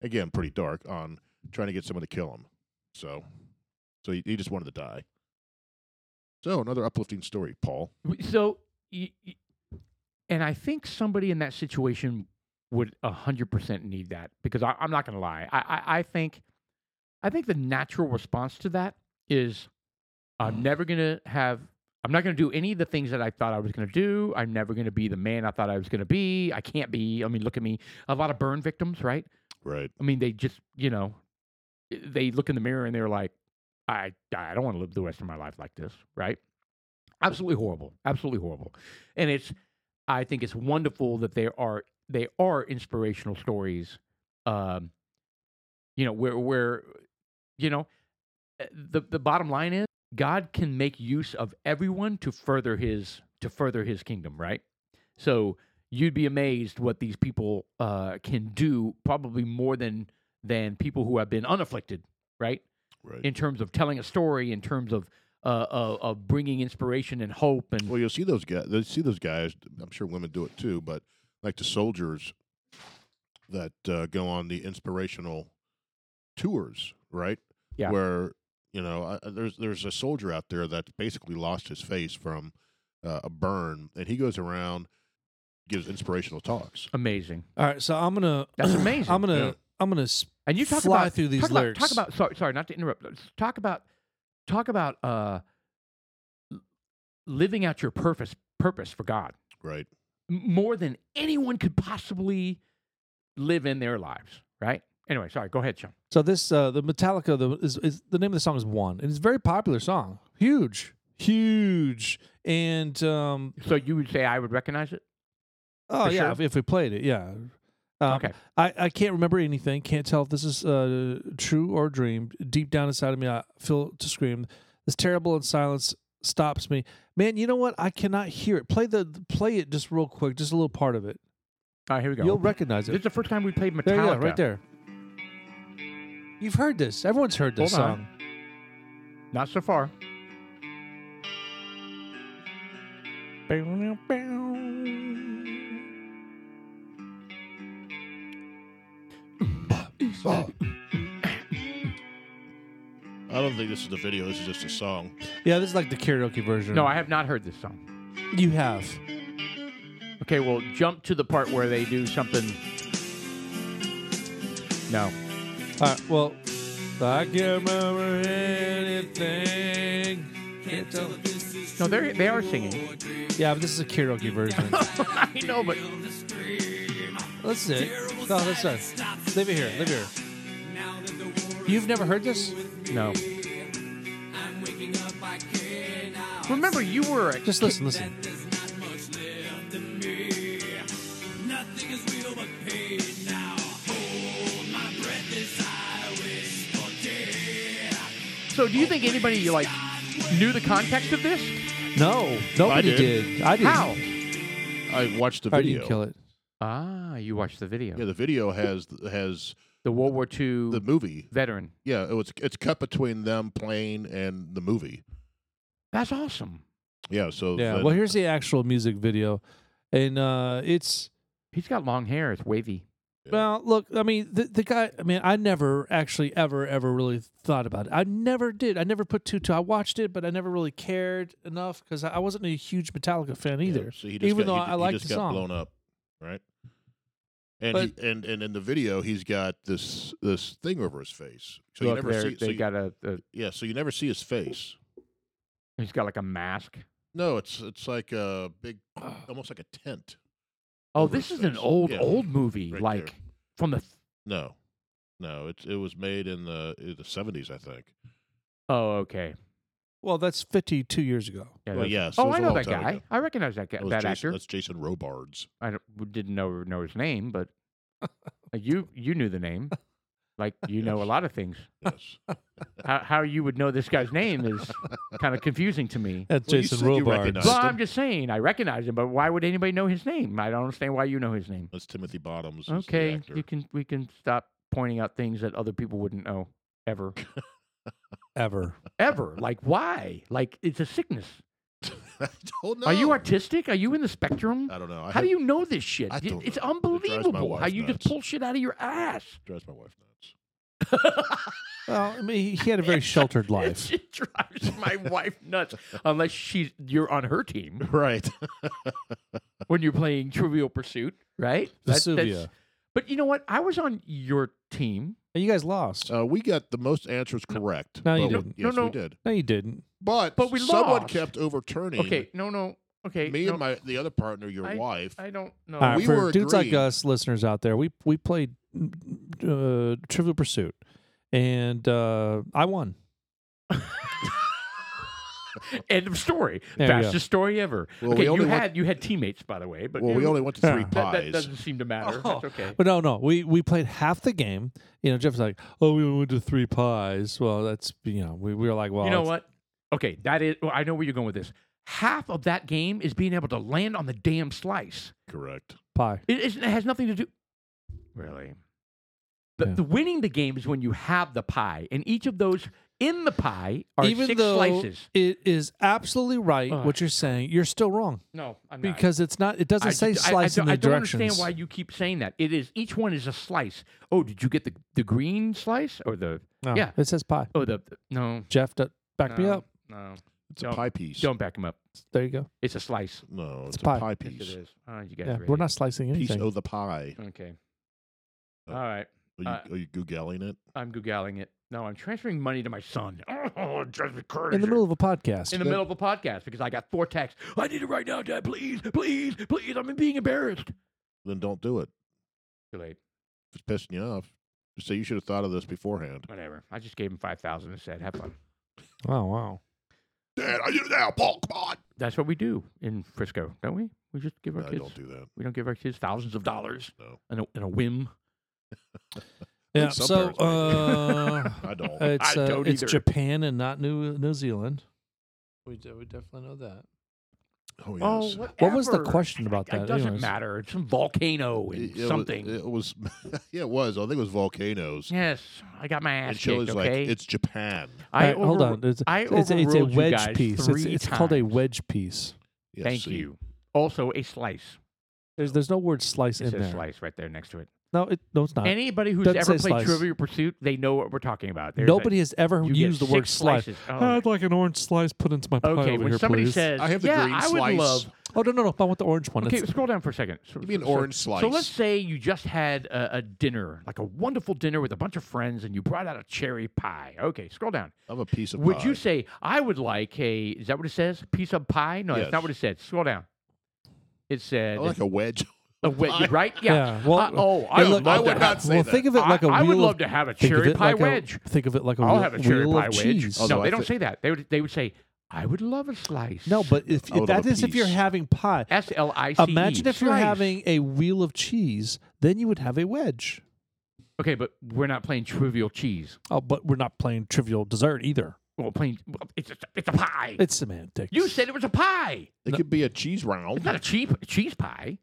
D: Again, pretty dark on trying to get someone to kill him. So, so he, he just wanted to die. So another uplifting story, Paul.
B: W- So, y- y- and I think somebody in that situation would hundred percent need that because I, I'm not going to lie. I, I, I think, I think the natural response to that is, I'm never going to have. I'm not going to do any of the things that I thought I was going to do. I'm never going to be the man I thought I was going to be. I can't be. I mean, look at me. A lot of burn victims, right?
D: Right.
B: I mean, they just, you know, i- they look in the mirror and they're like, I, I don't want to live the rest of my life like this, right? Absolutely horrible, absolutely horrible. And it's, I think it's wonderful that there are they are inspirational stories, um, you know, where where, you know, eh, the the bottom line is God can make use of everyone to further His to further His kingdom, right? So you'd be amazed what these people uh, can do probably more than than people who have been unafflicted right
D: Right.
B: in terms of telling a story in terms of uh, of, of bringing inspiration and hope and
D: Well, you'll see those guys. They see those guys. I'm sure women do it too, but like the soldiers that uh, go on the inspirational tours, right?
B: Yeah.
D: Where you know, I- I, there's there's a soldier out there that basically lost his face from uh, a burn, and he goes around gives inspirational talks.
B: amazing
C: All right, so I'm gonna.
B: That's amazing.
C: I'm gonna.
D: Yeah.
C: I'm gonna. s-
B: and you talk
C: fly
B: about
C: through these
B: talk
C: lyrics.
B: about, talk about sorry sorry not to interrupt but s- talk about talk about uh l- living out your purpose purpose for god
D: Right.
B: m- more than anyone could possibly live in their lives right anyway sorry go ahead sean
C: So this uh, the Metallica the, is, is the name of the song is One, and it's a very popular song. Huge, huge, and um,
B: so you would say i would recognize it
C: oh
B: For
C: yeah,
B: sure.
C: if, if we played it, yeah. Um,
B: okay
C: I, I can't remember anything. Can't tell if this is uh, true or dream. Deep down inside of me, I feel to scream. This terrible silence stops me. Man, you know what? I cannot hear it. Play the play it just real quick, just a little part of it.
B: all right here we go
C: You'll recognize
B: This is
C: it.
B: the first time we played Metallica.
C: There you go, right there. You've heard this. Everyone's heard this
B: Hold on.
C: song.
B: Not so far.
D: I don't think this is the video. This is just a song.
C: Yeah, this is like the karaoke version.
B: No, I have not heard this song.
C: you have.
B: Okay, well, jump to the part where they do something. No.
C: All right. Uh, Well, I can't remember anything. Can't tell if this is
B: No, they they are singing.
C: Yeah, but this is a karaoke version.
B: I know, but
C: Let's it. No, that's not. Leave it here. Leave it here. You've never heard this?
B: no. Remember, you were a
C: Just listen, listen.
B: so. Do you think anybody like knew the context of this?
C: No, nobody
D: I
C: did.
D: did.
C: I did.
B: How?
D: I watched the
C: How did you
D: video.
C: kill it?
B: Ah, you watched the video.
D: Yeah, the video has has
B: The World War II
D: the movie.
B: veteran.
D: Yeah, it was it's cut between them playing and the movie.
B: That's awesome.
D: Yeah, so
C: Yeah.
D: then-
C: Well, here's the actual music video, and uh it's
B: He's got long hair. It's wavy.
D: Yeah.
C: well. Look, I mean, the, the guy. I mean, I never actually ever ever really thought about it. I never did. I never put two to. I watched it, but I never really cared enough because I, I wasn't a huge Metallica fan
D: Yeah,
C: either.
D: so he just
C: even
D: got,
C: though
D: he,
C: I
D: he
C: liked
D: just
C: the
D: got
C: song.
D: blown up, right? And
C: But-
D: he, and and in the video, he's got this this thing over his face, so you
B: Look,
D: never
B: they're-
D: see. So
B: they
D: you-
B: got a, a.
D: yeah, so you never see his face.
B: He's got like a mask.
D: No, it's it's like a big, almost like a tent.
B: Oh,
D: over
B: this
D: his
B: is an
D: face.
B: old,
D: Yeah,
B: old movie,
D: right
B: like
D: there.
B: from the.
D: No, no, it it was made in the in the seventies, I think.
B: Oh, okay.
C: Well, that's 52 years ago.
B: Yeah,
D: Well,
B: that's-
D: yeah, so
B: Oh,
D: it's
B: I
D: a
B: know
D: long
B: that
D: time
B: guy.
D: ago.
B: I recognize that guy,
D: was
B: that
D: Jason,
B: actor.
D: That's Jason Robards.
B: I don't, didn't know know his name, but uh, you you knew the name, like you know a lot of things.
D: Yes, Well,
B: How, how you would know this guy's name is kind of confusing to me.
C: That's
D: you
C: Jason
D: said you
C: Robards.
D: recognized
B: Well,
D: him.
B: I'm just saying I recognize him, but why would anybody know his name? I don't understand why you know his name.
D: That's Timothy Bottoms. is the
B: Okay,
D: actor.
B: you can we can stop pointing out things that other people wouldn't know ever.
C: ever.
B: ever. Like, why? Like, it's a sickness.
D: I don't know.
B: Are you autistic? Are you in the spectrum?
D: I don't know. Uh,
B: How
D: I had-
B: do you know this shit?
D: I
B: It-
D: don't
B: it's
D: know. It drives my
B: unbelievable how
D: wife
B: you
D: nuts.
B: just pull shit out of your ass.
D: drives my wife nuts?
C: Well, I mean, he- he had a very sheltered life.
B: it drives my wife nuts unless she's you're on her team
D: Right.
B: when you're playing Trivial Pursuit, right?
C: Vesuvia.
B: but you know what? I was on your team.
C: And you guys lost.
D: Uh, we got the most answers correct.
C: No, you
D: but we-
C: didn't.
B: No,
D: Yes,
B: no.
D: we did.
C: No, you didn't.
D: But,
B: But we
D: someone
B: lost.
D: kept overturning
B: Okay, no, no, okay.
D: me
B: no,
D: and my the other partner, your
B: I-
D: wife.
B: I don't know.
C: All right,
D: Oh, we
C: for
D: were
C: dudes like
D: agreeing.
C: us, listeners out there, we we played mm, uh, Trivial Pursuit, and uh, I won.
B: End of story.
C: There we go.
B: Fastest story ever.
D: Well,
B: okay,
D: we
B: you
D: only went-
B: had you had teammates, by the way, but
D: well,
B: you-
D: we only went to three
C: That-
B: that, that
D: pies.
B: doesn't seem to matter.
C: Oh.
B: That's okay.
C: But no, no, we we played half the game. You know, Jeff's like, "Oh, we went to three pies." Well, that's you know, we, we were like, Oh. "Well,
B: you know
C: it's-
B: what? Okay, that is. Well, I know where you're going with this. Half of that game is being able to land on the damn slice.
D: Correct.
C: pie."
B: It, isn't- it has nothing to do. Really, the,
C: Yeah.
B: the winning the game is when you have the pie, and each of those in the pie are
C: Even
B: six
C: though
B: slices.
C: it is absolutely right
B: Ugh.
C: what you're saying, you're still wrong
B: No, I'm not.
C: because it's not. It doesn't
B: I
C: say
B: d- I- I
C: slice
B: d-
C: in the
B: I don't
C: directions.
B: understand why you keep saying that. It is each one is a slice. Oh, did you get the the green slice or the
C: No,
B: yeah.
C: it says pie.
B: oh the, the- no?
C: Jeff, d- back me
B: no,
C: up.
B: No,
D: It's a
B: Don't-
D: pie piece.
B: don't back him up.
C: There you go.
B: It's a slice.
D: No, it's,
C: It's
D: a
C: pie.
D: pie,
B: Yes, it
D: piece.
B: is. Oh, you guys
C: Yeah,
B: are
C: we're not
B: idiots.
C: slicing
D: Piece
C: anything.
D: of the pie.
B: okay.
D: Uh,
B: All right.
D: Are you,
B: Uh,
D: are you googling it?
B: I'm googling it. No, I'm transferring money to my son. Oh, it drives me crazy.
C: in the middle of a podcast.
B: In the middle of a podcast because I got four texts. I need it right now, Dad. Please, please, please. I'm being embarrassed.
D: Then don't do it.
B: Too late.
D: If it's pissing you off, just say you should have thought of this beforehand.
B: Whatever. I just gave him five thousand and said, "Have fun."
C: oh wow.
D: Dad, I need it now. Paul, come on.
B: That's what we do in Frisco, don't we? We just give our
D: No,
B: kids.
D: don't do that.
B: we don't give our kids thousands of dollars
D: No.
B: in a, in a whim.
C: Yeah.
D: think some
C: So
D: parents might
C: uh,
D: I don't.
C: it's
B: I
C: uh,
B: don't
C: it's
B: either.
C: Japan and not New New Zealand. We we definitely know that.
D: oh, yes.
C: What was the
B: whatever.
C: question about that
B: It doesn't
C: anyways?
B: matter. It's some volcano and
D: It- it wa-
B: something.
D: It was, yeah, it was. I think it was volcanoes.
B: yes, I got my ass
D: and
B: kicked.
D: Shelley's like,
B: Okay,
D: it's Japan.
B: I
C: All right, hold
B: overru-
C: on. It's,
B: I
C: it's, it's a
B: overruled you
C: wedge
B: guys
C: piece. It's,
B: three
C: it's called a
B: times.
C: wedge piece.
D: Yes,
B: Thank
D: see,
B: you. Also, a slice.
C: There's there's no word slice
B: It
C: in there.
B: says slice right there next to it.
C: No, it no, it's not.
B: Anybody who's
C: doesn't
B: ever played
C: say slice.
B: Trivial Pursuit, they know what we're talking about. There's a-
C: Nobody has ever
B: you get
C: used the word
B: six
C: slice.
B: slices.
C: "Ah,
B: Oh,
C: I'd like an orange slice put into my pie
B: okay,
C: over
B: when
C: here,
B: somebody
C: please."
B: says,
D: I have the
B: "Yeah,
D: green
B: I would
D: slice."
B: love,"
C: "Oh no, no, no! I want the orange one."
B: okay,
C: It's-
B: scroll down for a second. So,
D: Give me an
B: so- so-
D: orange slice.
B: So let's say you just had a, a dinner, like a wonderful dinner with a bunch of friends, and you brought out a cherry pie. Okay, scroll down.
D: I'm a piece of
B: Would
D: pie.
B: you say I would like a? Is that what it says? Piece of pie? No, that's
D: Yes.
B: not what it said. Scroll down. It said
D: I like a wedge.
B: a wed-
D: pie.
B: right? Yeah.
C: Yeah, well,
B: I- oh,
C: Hey,
B: I
C: look,
B: would love
D: I would
B: to
D: not
B: have-
D: say
C: well,
D: that.
C: think of it like a
B: I, I
C: wheel
B: would
C: of-
B: love to have a
C: think of
B: cherry
C: it
B: pie
C: like a-
B: wedge.
C: think of it like a
B: i I'll
C: wheel,
B: have a cherry
C: wheel
B: pie
C: of
B: wedge.
C: cheese.
D: Although
B: no, they
D: I
B: don't
D: thi-
B: say that. They would they would say I would love a slice.
C: No, but if,
D: I
C: if
D: would love
C: that
D: a
C: is if you're
D: piece.
C: having pie,
B: S L I C E.
C: imagine if you're
B: slice.
C: having a wheel of cheese, then you would have a wedge.
B: Okay, but we're not playing trivial cheese.
C: Oh, but we're not playing trivial dessert either.
B: Well, playing well, it's a, it's a pie.
C: It's semantics.
B: you said it was a pie.
D: It could be a cheese round.
B: It's not a cheap cheese pie.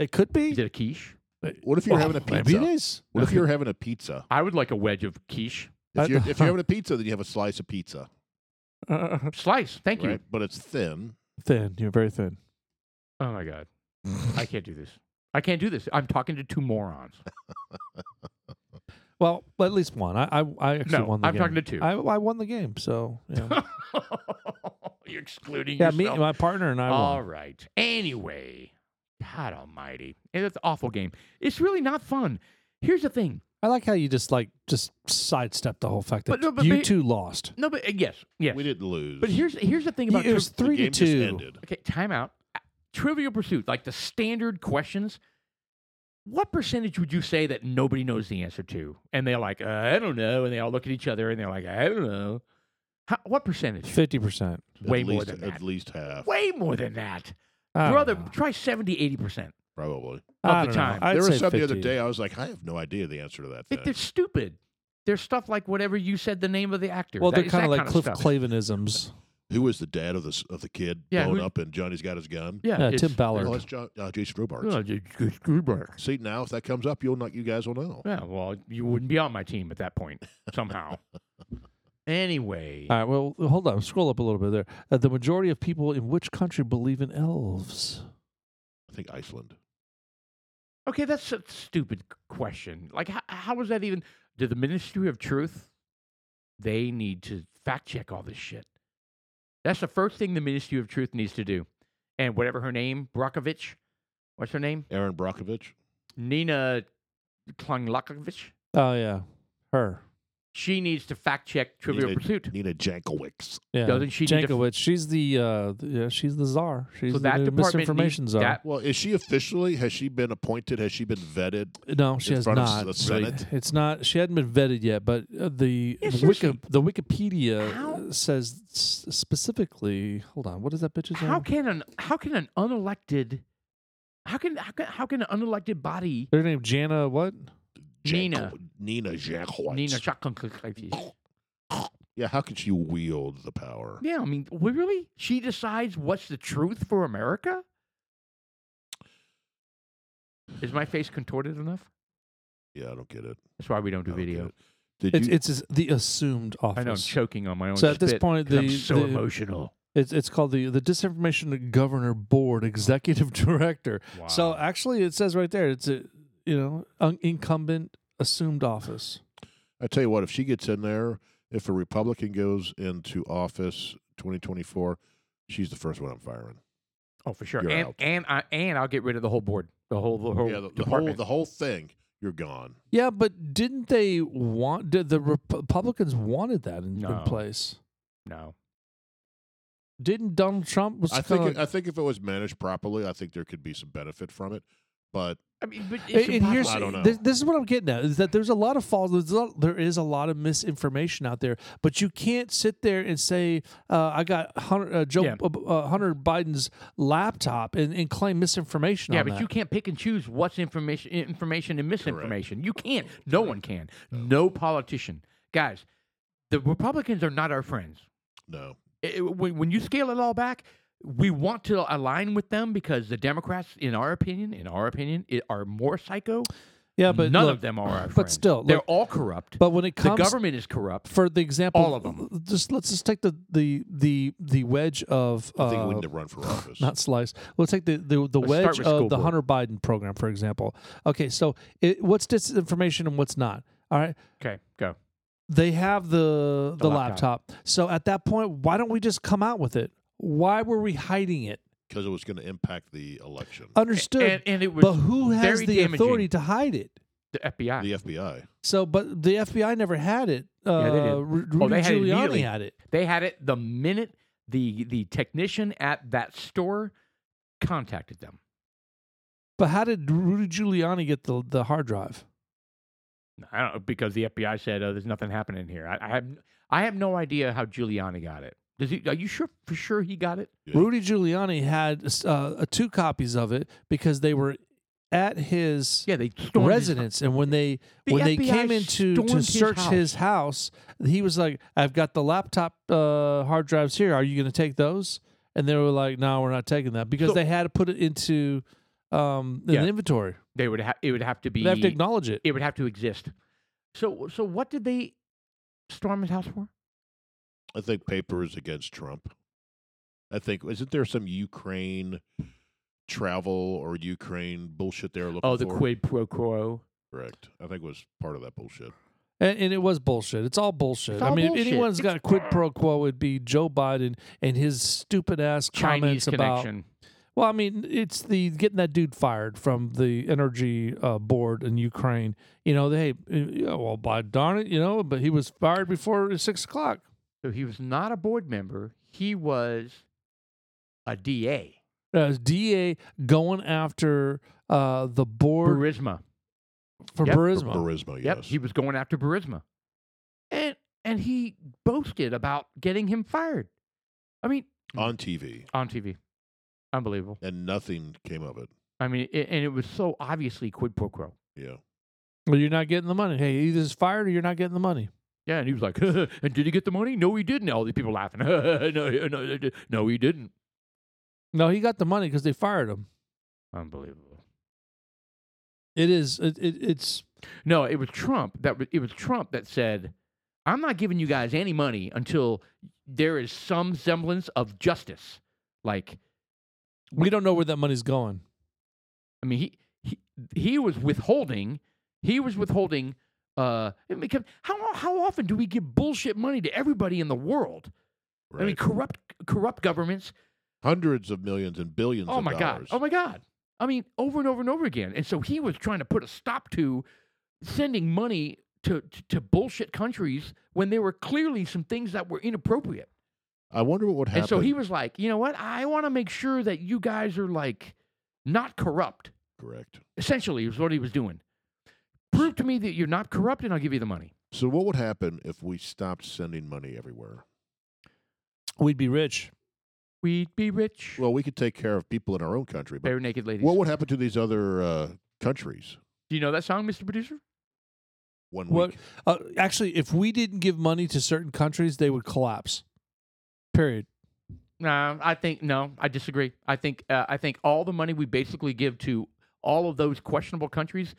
C: it could be.
B: Is it a quiche?
D: What if you're having a
C: Well, Maybe it
D: pizza?
C: is.
D: What if you're having a pizza?
B: I would like a wedge of quiche
C: I-
D: If you're,
B: uh-huh.
D: if you're having a pizza, then you have a slice of pizza,
B: slice. Thank you.
D: right? But it's thin.
C: thin. You're very thin.
B: Oh my god, I can't do this. I can't do this. I'm talking to two morons.
C: Well, at least one. I I, I actually
B: No,
C: won the
B: I'm
C: game.
B: talking to two.
C: I, I won the game. So yeah,
B: You're excluding
C: yeah me,
B: yourself.
C: my partner, and I
B: All
C: won.
B: right. Anyway, God Almighty, Eh, that's an awful game. It's really not fun. Here's the thing.
C: I like how you just like just sidestepped the whole fact that
B: But no, but
C: you
B: they-
C: two lost.
B: No, but eh, yes, yes.
D: We didn't lose.
B: But here's here's the thing about
C: it was
B: Triv-
D: the
C: three to
D: game just
C: two.
D: ended.
B: okay. Time out. Uh, Trivial Pursuit, like the standard questions. What percentage would you say that nobody knows the answer to? And they're like, uh, I don't know. And they all look at each other and they're like, I don't know. How, what percentage?
C: Fifty percent.
D: At
B: Way more
D: least,
B: than that.
D: At least half,
B: Way more than that. Brother, try 70, 80%.
D: probably.
B: of the time.
C: i
D: there was some the other day. I was like, I have no idea the answer to that
B: Like, they're
D: thing.
B: stupid. They're stuff like whatever you said the name of the actor.
C: Well,
B: That-
C: they're
B: it's
C: kind of
B: that
C: like Cliff
B: stuff.
C: Clavinisms.
D: Who was the dad of this of the kid
B: Yeah,
D: blown
B: who-
D: up and Johnny's got his gun?
B: Yeah,
C: Yeah,
B: it's-
C: uh, Tim
D: Oh,
C: Ballard.
D: that's John, uh, Jason Robards.
B: Yeah, it's good Spielberg.
D: See now, if that comes up, you'll not. You guys will know.
B: Yeah, well, you wouldn't be on my team at that point somehow. Anyway,
C: All right. Well, hold on. Scroll up a little bit there. Uh, the majority of people in which country believe in elves?
D: I think Iceland.
B: okay, that's a stupid c- question. Like, how, how was that even? Did the Ministry of Truth? They need to fact check all this shit. That's the first thing the Ministry of Truth needs to do. And whatever her name, Brokovich, what's her name?
D: Aaron Brockovich.
B: Nina Klanglakovich.
C: Oh yeah, her.
B: She needs to fact check Trivial
D: Nina-
B: Pursuit.
D: Nina Jankowicz.
C: Yeah.
B: Doesn't she need to-
C: Jankowicz? she's the uh, the- yeah, she's the czar. She's
B: So
C: the
B: that
C: new
B: department
C: misinformation
B: needs-
C: czar.
B: that-
D: Well, is she officially? Has she been appointed? Has she been vetted?
C: no, she
D: in
C: has
D: front of
C: not.
D: the Senate?
C: It's not. She hadn't been vetted yet, but uh, the
B: Yeah,
C: Wiki, the Wikipedia
B: How-
C: says s- specifically. Hold on, what is that bitch's
B: How
C: name?
B: can an how can an unelected how can how can, how can an unelected body
C: Their name Jana. What?
B: Nina.
D: Janko- Nina Jankowicz.
B: Nina Shakankakakakis.
D: yeah, how could she wield the power?
B: Yeah, I mean, w- really? She decides what's the truth for America? Is my face contorted enough?
D: Yeah, I don't get it.
B: That's why we don't
D: I
B: do
D: don't get
B: video.
D: it. Did
C: It's
D: you?
C: it's it's the assumed office.
B: I know I'm choking on my own.
C: So at this
B: spit
C: point,
B: 'cause I'm
C: the-
B: so
C: the-
B: emotional.
C: It's it's called the the Disinformation Governor Board Executive Director. So
B: Wow.
C: actually, it says right there, it's a you know un- incumbent assumed office.
D: I tell you what, if she gets in there, if a Republican goes into office 2024, she's the first one I'm firing.
B: oh, for sure.
D: you're
B: And
D: out.
B: and I and I'll get rid of the whole board, the whole the whole
D: yeah, the, the
B: Oh,
D: whole
B: department.
D: the whole thing. You're gone.
C: Yeah, but didn't they want did the Rep- Republicans wanted that in, in
B: No.
C: place?
B: no.
C: Didn't Donald Trump was
D: I think
C: kinda
B: uh,
D: it- I think if it was managed properly, I think there could be some benefit from it. But
B: I mean, but
C: And-
B: it's
C: and here's-
B: impossible.
D: I don't know.
C: This, this is what I'm getting at: is that there's a lot of false. There's a lot, there is a lot of misinformation out there, but you can't sit there and say, uh, "I got Hunter, uh, Joe
B: Yeah.
C: uh, uh, Hunter Biden's laptop" and, and claim misinformation.
B: Yeah,
C: on
B: but
C: that.
B: you can't pick and choose what's information, information and misinformation. You can't. No one can. No politician, guys. The Republicans are not our friends.
D: no,
B: I- I- when, when you scale it all back, we want to align with them because the Democrats, in our opinion, in our opinion, i are more psycho.
C: yeah, but
B: none
C: look,
B: of them are our friends.
C: But still,
B: they're
C: look,
B: all corrupt.
C: but when it
B: the
C: comes
B: government is corrupt.
C: for the example,
B: all of them.
C: Just let's just take the the the the wedge of.
D: I think we
C: uh,
D: need to run for office.
C: not slice. We'll take the the, the
B: Let's start
C: wedge
B: with
C: of
B: school
C: the
B: board.
C: Hunter Biden program, for example. Okay, so it, what's disinformation and what's not? All right,
B: Okay, go.
C: they have the the,
B: The
C: laptop.
B: laptop.
C: So at that point, why don't we just come out with it? Why were we hiding it?
D: because it was going to impact the election.
B: Uh,
C: Understood.
B: And, and it was
C: but who has
B: very
C: the
B: damaging.
C: authority to hide it?
B: the FBI.
D: the FBI.
C: So, but the FBI never had it. Uh,
B: Yeah, they did.
C: Ru- Rudy
B: Oh, they had it
C: Giuliani
B: immediately.
C: had it.
B: They had it the minute the the technician at that store contacted them.
C: But how did Rudy Giuliani get the the hard drive?
B: I don't because the FBI said, "Oh, there's nothing happening here." I, I have I have no idea how Giuliani got it. Does he? Are you sure for sure he got it?
D: Yeah.
C: Rudy Giuliani had uh, two copies of it because they were at his
B: Yeah, they stormed his-
C: residence, and when they
B: The
C: when they
B: FBI
C: came in to,
B: stormed
C: to
B: his
C: search
B: house.
C: his house, he was like, "I've got the laptop uh, hard drives here. Are you going to take those?" And they were like, "No, we're not taking that because
B: So-
C: they had to put it into um, an
B: Yeah.
C: inventory.
B: They would have. It would have to be.
C: They have to acknowledge it.
B: it would have to exist. So, so what did they storm his house for?
D: I think paper is against Trump. I think isn't there some Ukraine travel or Ukraine bullshit they're looking
B: Oh, the
D: for?
B: quid pro quo.
D: Correct. I think it was part of that bullshit.
C: And, and it was bullshit. It's all bullshit.
B: It's
C: I
B: all
C: mean, if
B: bullshit.
C: anyone's got
B: It's-
C: quid pro quo, it'd be Joe Biden and his stupid ass
B: Chinese
C: comments about
B: connection.
C: Well, I mean, it's the getting that dude fired from the energy uh, board in Ukraine. You know, they, yeah, well, by darn it, you know, but he was fired before six o'clock.
B: So he was not a board member. He was a DA.
C: Uh, DA going after uh, the board
B: Burisma.
C: for
B: Yep.
D: Bur-
C: Burisma.
D: Burisma, yes.
B: Yep, he was going after Burisma, and and he boasted about getting him fired. I mean,
D: On TV,
B: on TV, unbelievable.
D: and nothing came of it.
B: I mean, it, and it was so obviously quid pro quo.
D: Yeah.
C: Well, you're not getting the money. Hey, either it's fired or you're not getting the money.
B: Yeah, and he was like, and did he get the money? No, he didn't. All these people laughing. no, no, they did- no, he didn't.
C: No, he got the money because they fired him.
B: Unbelievable.
C: It is. It, it, it's.
B: No, it was Trump that wa- it was Trump that said, I'm not giving you guys any money until there is some semblance of justice. Like,
C: We don't know where that money's going.
B: I mean, he he, he was withholding. He was withholding. Uh, it become- how how often do we give bullshit money to everybody in the world?
D: Right.
B: I mean, corrupt corrupt governments.
D: Hundreds of millions and billions
B: Oh
D: of
B: my
D: dollars.
B: god! Oh my god! I mean, over and over and over again. And so he was trying to put a stop to sending money to to, to bullshit countries when there were clearly some things that were inappropriate.
D: I wonder what would happen.
B: And so he was like, you know what? I want to make sure that you guys are like not corrupt.
D: Correct.
B: Essentially, is what he was doing. Prove to me that you're not corrupt, and I'll give you the money.
D: So what would happen if we stopped sending money everywhere?
C: We'd be rich.
B: We'd be rich.
D: Well, we could take care of people in our own country, but
B: Bare naked ladies.
D: what would happen to these other uh, countries?
B: Do you know that song, Mr. Producer?
D: One
C: What?
D: week.
C: Uh, actually, if we didn't give money to certain countries, they would collapse. Period.
B: Nah, I think no. I disagree. I think uh, I think all the money we basically give to all of those questionable countries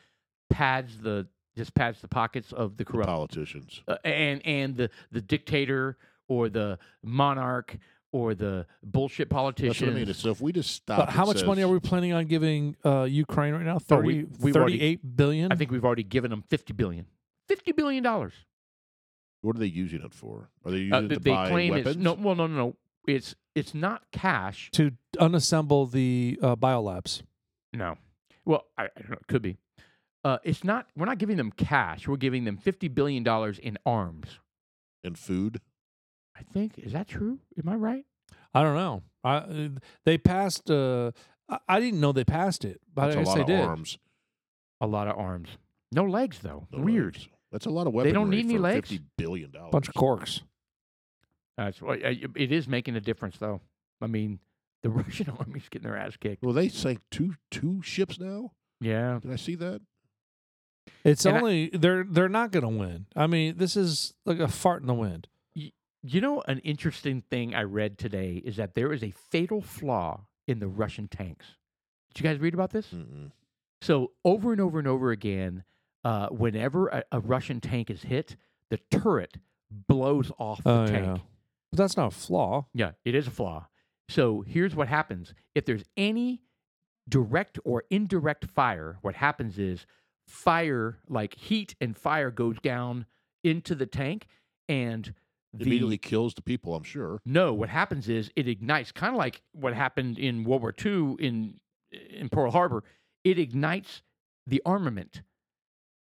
B: pads the just pads the pockets of the corrupt
D: Politicians.
B: uh, and and the the dictator or the monarch or the bullshit politician.
D: That's what I mean. So if we just stop,
C: But how
D: it
C: much
D: says-
C: money are we planning on giving uh, Ukraine right now?
B: Oh,
C: 30,
B: we- we've already-
C: 38 billion?
B: I think we've already given them fifty billion. Fifty billion dollars.
D: What are they using it for? Are they using
B: Uh,
D: it
B: they
D: to buy
B: claim
D: weapons?
B: it's no. Well, no, no, no. It's it's not cash.
C: to unassemble the uh, biolabs.
B: No. Well, I, I don't know. It could be. Uh, it's not. We're not giving them cash. We're giving them fifty billion dollars in arms.
D: And food.
B: I think is that true? Am I right?
C: I don't know. I they passed. Uh, I, I didn't know they passed it, but
D: That's
C: I
D: a
C: guess
D: lot
C: they
D: of
C: did.
D: arms.
B: A lot of arms. No legs though.
D: No
B: Weird.
D: legs. That's a lot of weaponry.
B: don't need any
D: for
B: legs?
D: Fifty billion dollars.
C: Bunch of corks.
B: That's why- uh, it is making a difference though. I mean, the Russian army's getting their ass kicked.
D: Well, they sank two two ships now.
B: Yeah.
D: Did I see that?
C: It's
B: And I-
C: only they're they're not going to win. I mean, this is like a fart in the wind.
B: You know, an interesting thing I read today is that there is a fatal flaw in the Russian tanks. Did you guys read about this?
D: Mm-mm.
B: So, over and over and over again, uh, whenever a, a Russian tank is hit, the turret blows off the
C: Oh, yeah.
B: tank.
C: But that's not a flaw.
B: Yeah, it is a flaw. So here's what happens. If there's any direct or indirect fire, what happens is fire, like heat and fire, goes down into the tank and the,
D: Immediately kills the people. I'm sure.
B: No, what happens is it ignites, kind of like what happened in World War II in in Pearl Harbor. It ignites the armament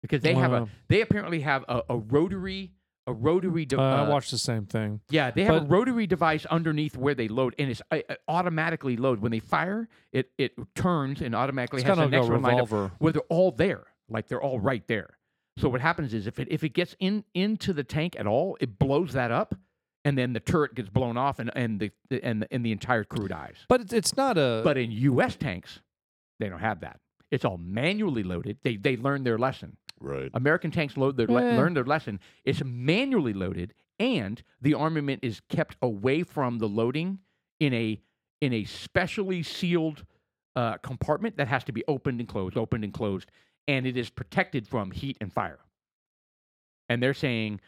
B: because they have a
C: Wow.
B: they apparently have a, a rotary a rotary de-
C: Uh, I
B: uh,
C: watched the same thing.
B: yeah, they have a
C: But-
B: rotary device underneath where they load, and it's uh, uh, automatically load. When they fire, it it turns and automatically
C: It's
B: has
C: kind
B: the
C: of
B: next
C: like a
B: one lined up
C: revolver.
B: where they're all there, like they're all right there. So what happens is if it if it gets in into the tank at all, it blows that up, and then the turret gets blown off, and and the the- and the, and the entire crew dies.
C: But it's, it's not a.
B: But in U.S. tanks, they don't have that. It's all manually loaded. They they learned their lesson.
D: Right.
B: American tanks load their
C: Eh.
B: le- learn their lesson. It's manually loaded, and the armament is kept away from the loading in a in a specially sealed uh, compartment that has to be opened and closed, opened and closed, and it is protected from heat and fire. And they're saying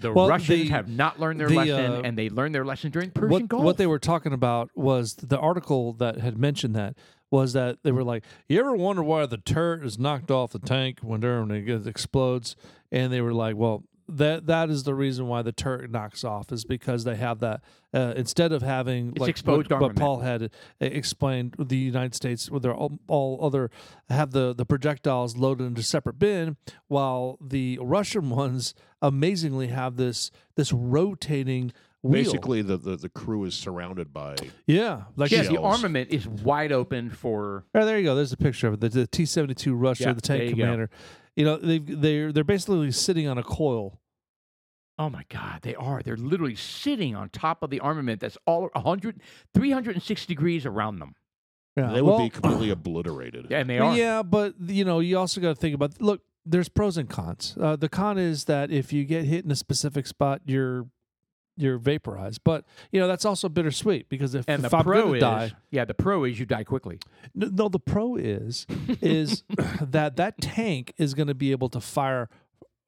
B: the
C: Well,
B: Russians
C: the-
B: have not learned their
C: the,
B: lesson,
C: uh,
B: and they learned their lesson during Persian
C: what,
B: Gulf.
C: what they were talking about was the article that had mentioned that was that they were like, you ever wonder why the turret is knocked off the tank when they're- when it gets- explodes? And they were like, well, that that is the reason why the turret knocks off is because they have that uh, instead of having
B: It's
C: like
B: exposed
C: what, what
B: armament.
C: Paul had uh, explained the United States with their all, all other have the the projectiles loaded into separate bin while the Russian ones amazingly have this this rotating wheel.
D: Basically, the, the the crew is surrounded by
C: yeah like
B: yeah,
C: it's-
B: the
D: shells.
B: armament is wide open for
C: Oh, there you go. There's a picture of it. The, the T-72 Russia,
B: Yeah,
C: the
B: there
C: tank
B: you go.
C: commander. You know, they they're they're basically sitting on a coil.
B: Oh my God, they are. They're literally sitting on top of the armament that's all 100, 360 degrees around them.
C: Yeah,
D: They would
C: well,
D: be completely obliterated.
B: And they
C: well,
B: are.
C: Yeah, but you know, you also got to think about. Look, there's pros and cons. Uh, the con is that if you get hit in a specific spot, you're you're vaporized. But you know, that's also bittersweet because if,
B: And
C: if
B: the
C: I'm
B: pro
C: gonna
B: is,
C: die,
B: yeah, the pro is you die quickly.
C: no, no, the pro is is that that tank is going to be able to fire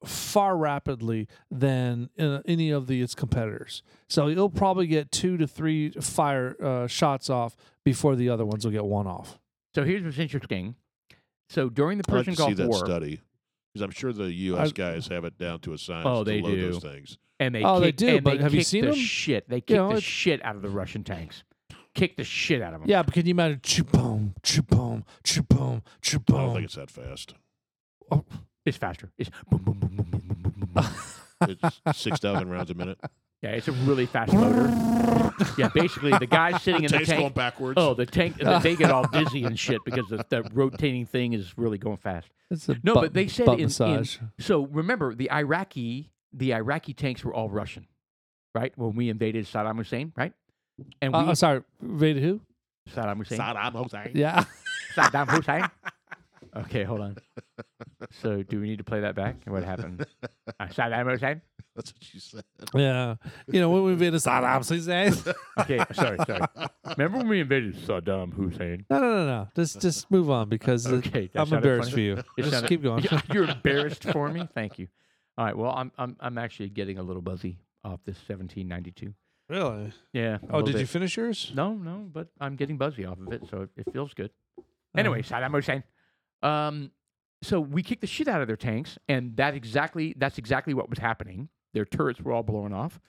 C: far rapidly than uh, any of the its competitors. So it'll probably get two to three fire uh, shots off before the other ones will get one off.
B: So here's what's interesting. So during the
D: I'd like
B: Persian
D: to see
B: Gulf
D: that
B: War,
D: study because I'm sure the U.S.
C: I-
D: guys have it down to a science.
B: Oh,
D: to
B: they
D: load
B: do.
D: those things.
B: and they
C: Oh, they
B: kicked-
C: do,
B: and
C: but have you
B: kicked
C: seen
B: the
C: them?
B: Shit, they kicked
C: know,
B: the
C: it's-
B: shit out of the Russian tanks. Kicked the shit out of them.
C: Yeah, but can you imagine? Chupom, chupom, chupom,
D: I don't think
C: chupom.
D: it's that fast.
B: it's faster. It's boom, boom, boom, boom, boom, boom, boom, boom, boom.
D: It's six thousand rounds a minute.
B: yeah, it's a really fast motor. yeah, basically the guy sitting in the
D: Tank's going
B: tank.
D: backwards.
B: Oh, the tank. They get all dizzy and shit because the, the rotating thing is really going fast.
C: It's a
B: No,
C: butt,
B: but they said
C: butt
B: in- in-
C: massage.
B: So remember, the Iraqi the Iraqi tanks were all Russian, right? When we invaded Saddam Hussein, right? And we
C: Uh, I'm sorry, Vader who?
B: Saddam Hussein.
D: Saddam Hussein.
C: Yeah.
B: Saddam Hussein. Okay, hold on. So do we need to play that back? What happened? Uh, Saddam Hussein.
D: That's what you said.
C: Yeah. You know, when we "Ah, invaded Saddam Hussein.
B: Okay, sorry, sorry. Remember when we invaded Saddam Hussein?
C: No, no, no, no. Just, just move on because uh,
B: Okay, that
C: I'm
B: sounded
C: embarrassed
B: funny.
C: for
B: It
C: you. Just
B: sounded-
C: keep going.
B: Yeah, You're embarrassed for me. Thank you. All right. Well, I'm I'm I'm actually getting a little buzzy off this 1792.
C: Really?
B: Yeah. a
C: Oh,
B: little
C: did
B: bit.
C: you finish yours?
B: No, no, but I'm getting buzzy off of it, so it, it feels good.
C: Uh-huh.
B: Anyway, Saddam Hussein. Um, so we kicked the shit out of their tanks, and that exactly that's exactly what was happening. Their turrets were all blown off.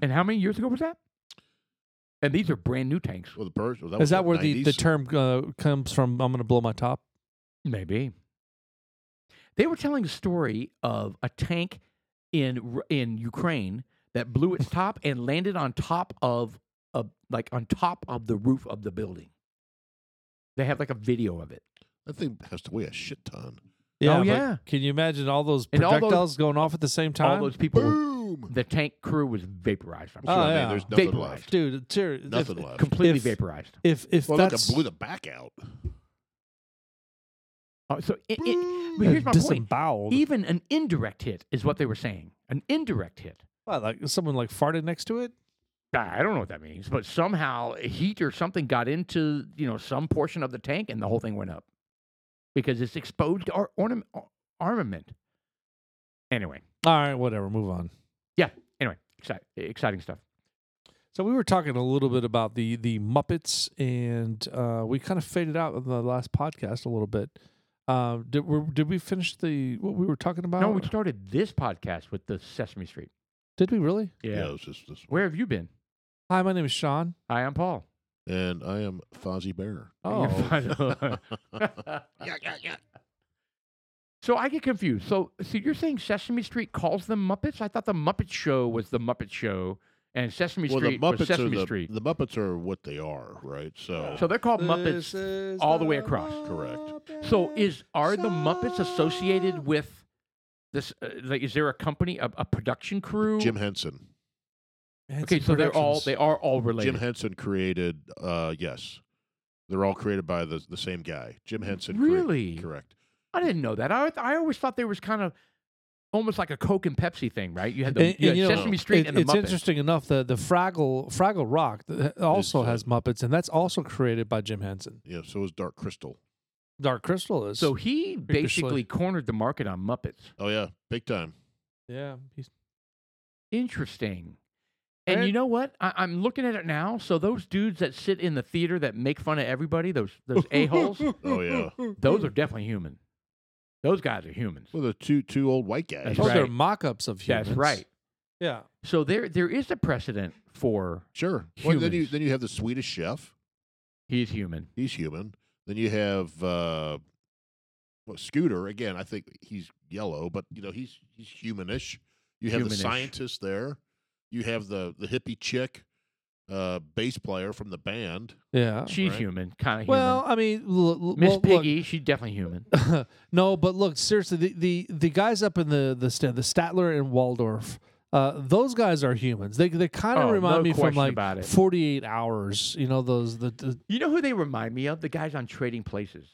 B: And how many years ago was that? And these are brand new tanks.
D: Well, the Pers- well,
C: Is
D: was
C: that
D: what,
C: where the, the
D: 90s?
C: term uh, comes from? I'm going to blow my top.
B: Maybe. They were telling a story of a tank in Ru- in Ukraine that blew its top and landed on top of a like on top of the roof of the building. They have like a video of it.
D: That thing has to weigh a shit ton.
B: Oh,
C: but
B: yeah.
C: Can you imagine all those
B: And all those-
C: projectiles going off at the same time?
B: All those people, were-
D: Boom.
B: the tank crew was vaporized. I'm
C: Oh,
D: That's what I mean.
C: yeah.
D: There's nothing
B: Vaporized.
D: left.
C: Dude, ter-
D: Nothing
C: if,
B: sure.
D: left.
B: completely
C: If-
B: vaporized.
C: if if
D: well, look,
C: that's
D: I blew the back out.
B: Uh, so it, it, but
C: uh,
B: here's my point.
C: disemboweled,
B: Even an indirect hit is what they were saying. An indirect hit.
C: What, like someone like farted next to it.
B: I I don't know what that means, but somehow heat or something got into you know some portion of the tank and the whole thing went up because it's exposed to ar- ornament, armament. Anyway,
C: All right, whatever. Move on.
B: anyway, exciting, exciting stuff.
C: So we were talking a little bit about the the Muppets, and uh, we kind of faded out of the last podcast a little bit. Uh, did we did we finish the what we were talking about?
B: No, we started this podcast with the Sesame Street.
C: did we really?
D: Yeah. it was just this.
B: Where have you been?
C: Hi, my name is Sean.
B: Hi, I'm Paul.
D: And I am Fozzie Bear. Yeah, yeah, yeah.
B: so I get confused. So, so you're saying Sesame Street calls them Muppets? I thought the Muppet Show was the Muppet Show, and Sesame
D: Well, the
B: Street was
D: Muppets are
B: Sesame
D: the,
B: Street.
D: the Muppets are what they are, right? So,
B: So they're called Muppets. all the way across.
D: Correct.
B: So is are the Muppets associated with this? Uh, like, is there a company, a, a production crew?
D: Jim Henson.
B: okay, so they're all they are all related.
D: Jim Henson created. Uh, yes, they're all created by the the same guy. Jim Henson. crea-
B: Really?
D: correct.
B: I didn't know that. I I always thought there was kind of almost like a Coke and Pepsi thing, right? You had the
C: And-
B: you had
C: and you know,
B: Sesame Street
C: it-
B: and the
C: it's
B: Muppets.
C: interesting enough the the Fraggle Fraggle Rock th- also
D: Is, uh,
C: has Muppets, and that's also created by Jim Henson.
D: Yeah. So is Dark Crystal.
C: Dark Crystal is
B: So he
C: Victor Schlick.
B: basically cornered the market on Muppets.
D: Oh yeah, big time.
C: yeah. he's-
B: Interesting. And
C: Right?
B: you know what? I, I'm looking at it now. So those dudes that sit in the theater that make fun of everybody, those those a holes,
D: Oh yeah.
B: those are definitely human. Those guys are humans.
D: Well, the two two old white guys.
B: That's
C: Oh, they're
B: right.
C: mock-ups of humans.
B: That's right.
C: Yeah.
B: So there there is a precedent for
D: Sure. Well, then you
B: Humans.
D: then you have the Swedish chef.
B: he's human.
D: He's human. Then you have uh, well, Scooter. Again, I think he's yellow, but you know he's he's humanish. You have the
B: Humanish.
D: scientist there. You have the the hippie chick, uh, bass player from the band.
C: Yeah.
B: She's
D: right.
B: human, kind of
C: Well, I mean, l- l-
B: human. Miss
C: well, look,
B: Piggy, she's definitely human.
C: no, but look, seriously, the, the, the guys up in the the sta- the Statler and Waldorf, uh, those guys are humans. They they kind of
B: Oh,
C: remind
B: no
C: me from
B: question about
C: like
B: it.
C: forty eight hours. You know those the, the
B: You know who they remind me of? The guys on Trading Places.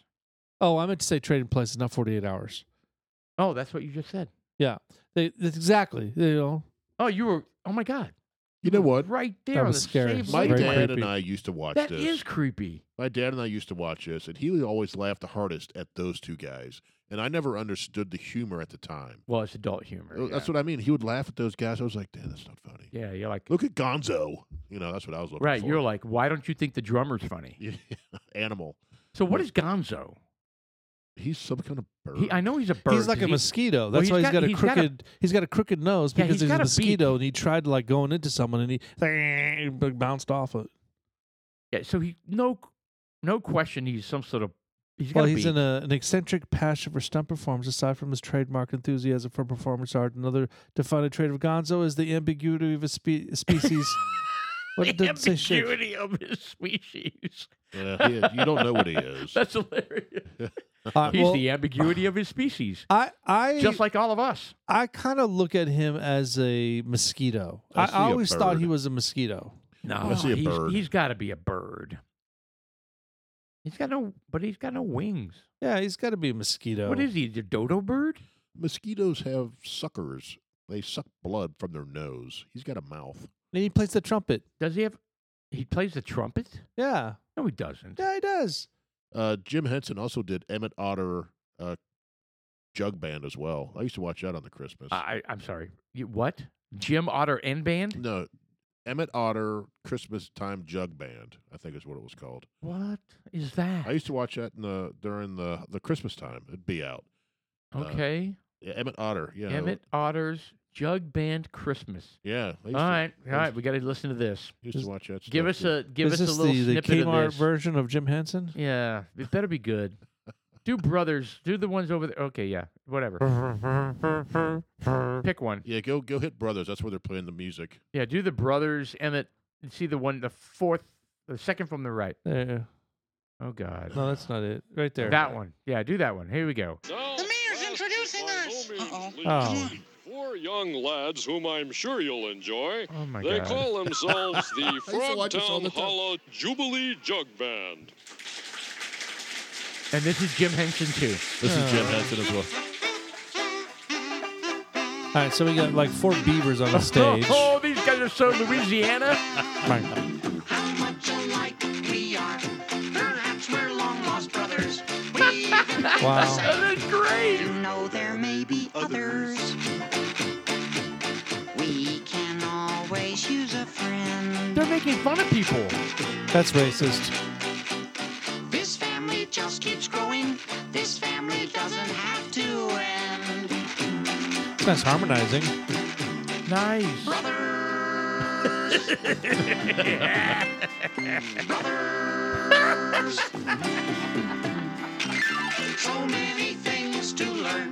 C: oh I meant to say Trading Places, not forty eight hours.
B: Oh, that's what you just said.
C: They that's exactly you know
B: Oh, you were. Oh my God.
D: You know what?
B: Right there.
C: That
B: on
C: was
B: the
C: scary.
B: same
C: It's
D: My
C: very
B: wavelength.
D: dad
C: creepy.
D: and I used to watch
B: That
D: this.
B: is creepy.
D: My dad and I used to watch this, and he always laughed the hardest at those two guys. and I never understood the humor at the time.
B: Well, it's adult humor.
D: Uh, That's what I mean. He would laugh at those guys. I was like, "Damn, that's not funny."
B: Yeah, you're like
D: Look at Gonzo. You know, that's what I was looking
B: right.
D: for.
B: You're like, why don't you think the drummer's funny?
D: Yeah, animal.
B: So what is Gonzo?
D: He's some kind of bird.
B: He, I know he's a bird.
C: He's like
B: Does
C: a
B: he-
C: mosquito.
B: Well,
C: That's
B: he's
C: why he's
B: got-
C: got a
B: he's got a-
C: crooked. He's got a crooked nose
B: Yeah,
C: because
B: he's
C: he's,
B: got
C: a
B: a beak.
C: mosquito, and he tried like going into someone, and he bounced off it.
B: Yeah, so he no, no question. He's some sort of. He's got
C: Well,
B: to
C: he's
B: be.
C: in a, an eccentric passion for stunt performance, aside from his trademark enthusiasm for performance art. Another defining trait of Gonzo is the ambiguity of his spe- species. what it didn't say shit.
B: ambiguity of his species.
D: Yeah, he- you don't know what he is.
B: That's hilarious.
C: Uh,
B: He's
C: well,
B: the ambiguity of his species,
C: I I
B: just like all of us.
C: I kind of look at him as a mosquito.
D: I
C: I,
D: see
C: I
D: a
C: always thought he
D: bird.
C: was a mosquito.
B: No,
D: I see a
B: he's,
D: bird.
B: he's got to be a bird. He's got no, but he's got no wings.
C: Yeah, he's got to be a mosquito.
B: What is he? The dodo bird?
D: Mosquitoes have suckers. They suck blood from their nose. He's got a mouth.
C: And he plays the trumpet.
B: Does he have? He plays the trumpet?
C: Yeah,
B: No, he doesn't.
C: yeah, he does.
D: Uh, Jim Henson also did Emmett Otter uh, Jug Band as well. I used to watch that on the Christmas.
B: I, I'm sorry. You, what? Jim Otter and band?
D: no, Emmett Otter Christmas Time Jug Band. I think is what it was called.
B: What is that?
D: I used to watch that in the during the the Christmas time. It'd be out. uh,
B: okay.
D: Yeah, Emmett Otter. Yeah.
B: Emmett Otter's Jug Band Christmas.
D: Yeah. I
B: All
D: used to,
B: right, all
D: I
B: right,
D: used-
B: we got to listen to this.
D: used to
C: Is-
D: watch that.
B: Give
D: stuff,
B: us
D: yeah.
B: a give
C: is
B: us
C: this
B: a little
C: the, the
B: snippet
C: Kmart
B: of this.
C: version of Jim Henson?
B: Yeah, it better be good. Do brothers? Do the ones over there? Okay, yeah, whatever. Pick one.
D: Yeah, go go hit Brothers. That's where they're playing the music.
B: Yeah, do the brothers Emmett. and See the one, the fourth, the second from the right.
C: There.
B: Oh God,
C: No, that's not it. Right there.
B: that one. Yeah, do that one. Here we go.
E: The mayor's introducing us. Uh-oh.
C: Oh.
F: Four young lads whom I'm sure you'll enjoy.
B: Oh my
F: they
B: God.
F: call themselves the
D: to watch this all the
F: Frogtown
D: time.
F: Hollow Jubilee Jug Band.
B: And this is Jim Henson too.
D: This is
B: Ah.
D: Jim Henson as well.
C: All right, so we got like four beavers on the stage.
B: Oh, these guys are so Louisiana.
C: Right.
E: How much alike we are. Perhaps we're long lost brothers. We even think the
C: Wow.
E: same.
B: That is great.
E: You know there may be others. We can always use a friend.
B: They're making fun of people.
C: That's racist.
E: This family just keeps growing. This family doesn't have to end.
C: It's nice harmonizing.
B: Nice.
E: So many things to learn,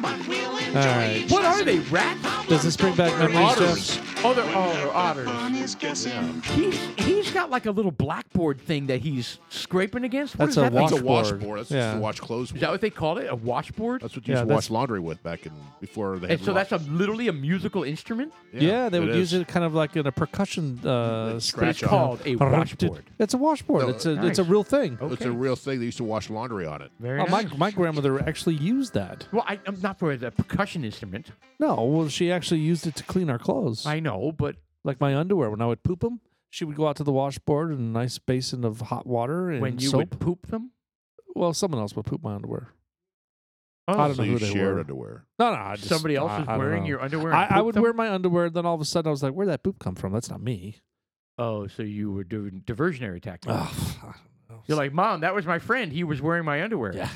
E: but we'll enjoy
C: right.
E: each
B: What are
E: lesson.
B: they, rats?
C: Does this bring back memories,
B: Otters. Oh, they're, oh, they're otters.
E: Fun is guessing.
B: He's, he's got like a little blackboard thing that he's scraping against. What
C: That's
B: is
C: a
B: that? thing?
D: That's a
C: Washboard.
D: washboard. That's
C: Yeah.
D: just to wash clothes
B: Is
D: with.
B: that what they called it? A washboard?
D: That's what you
C: Yeah,
D: used to
C: that's-
D: wash laundry with back in before they had
B: and so that's a literally a musical instrument,
D: Yeah,
C: Yeah, they would use
D: is.
C: it kind of like in a percussion uh,
B: but it's
D: Scratch off.
B: called a washboard.
C: It's a washboard.
D: No,
C: it's a it's a
B: nice.
C: real thing.
B: Okay.
D: It's a real thing. They used to wash laundry on it.
B: Very
C: Oh, my
B: nice.
C: my grandmother actually used that.
B: Well, I, I'm not for the percussion instrument.
C: No, well, she actually used it to clean our clothes,
B: I know, but
C: like my underwear. When I would poop them, she would go out to the washboard in a nice basin of hot water and
B: when you
C: soap.
B: would poop them,
C: Well, someone else would poop my underwear.
B: Oh.
C: I don't
D: So
C: know
D: you
C: who they
D: shared
C: were.
D: underwear.
C: No, no, I just,
B: somebody else
C: I-
B: is
C: I don't
B: wearing
C: know.
B: your underwear. and
C: I, I
B: pooped
C: would
B: them?
C: wear my underwear, then all of a sudden I was like, "Where'd that poop come from? That's not me."
B: Oh, so you were doing diversionary tactics.
C: Ugh, I don't know.
B: You're like, Mom, that was my friend. He was wearing my underwear.
C: yeah,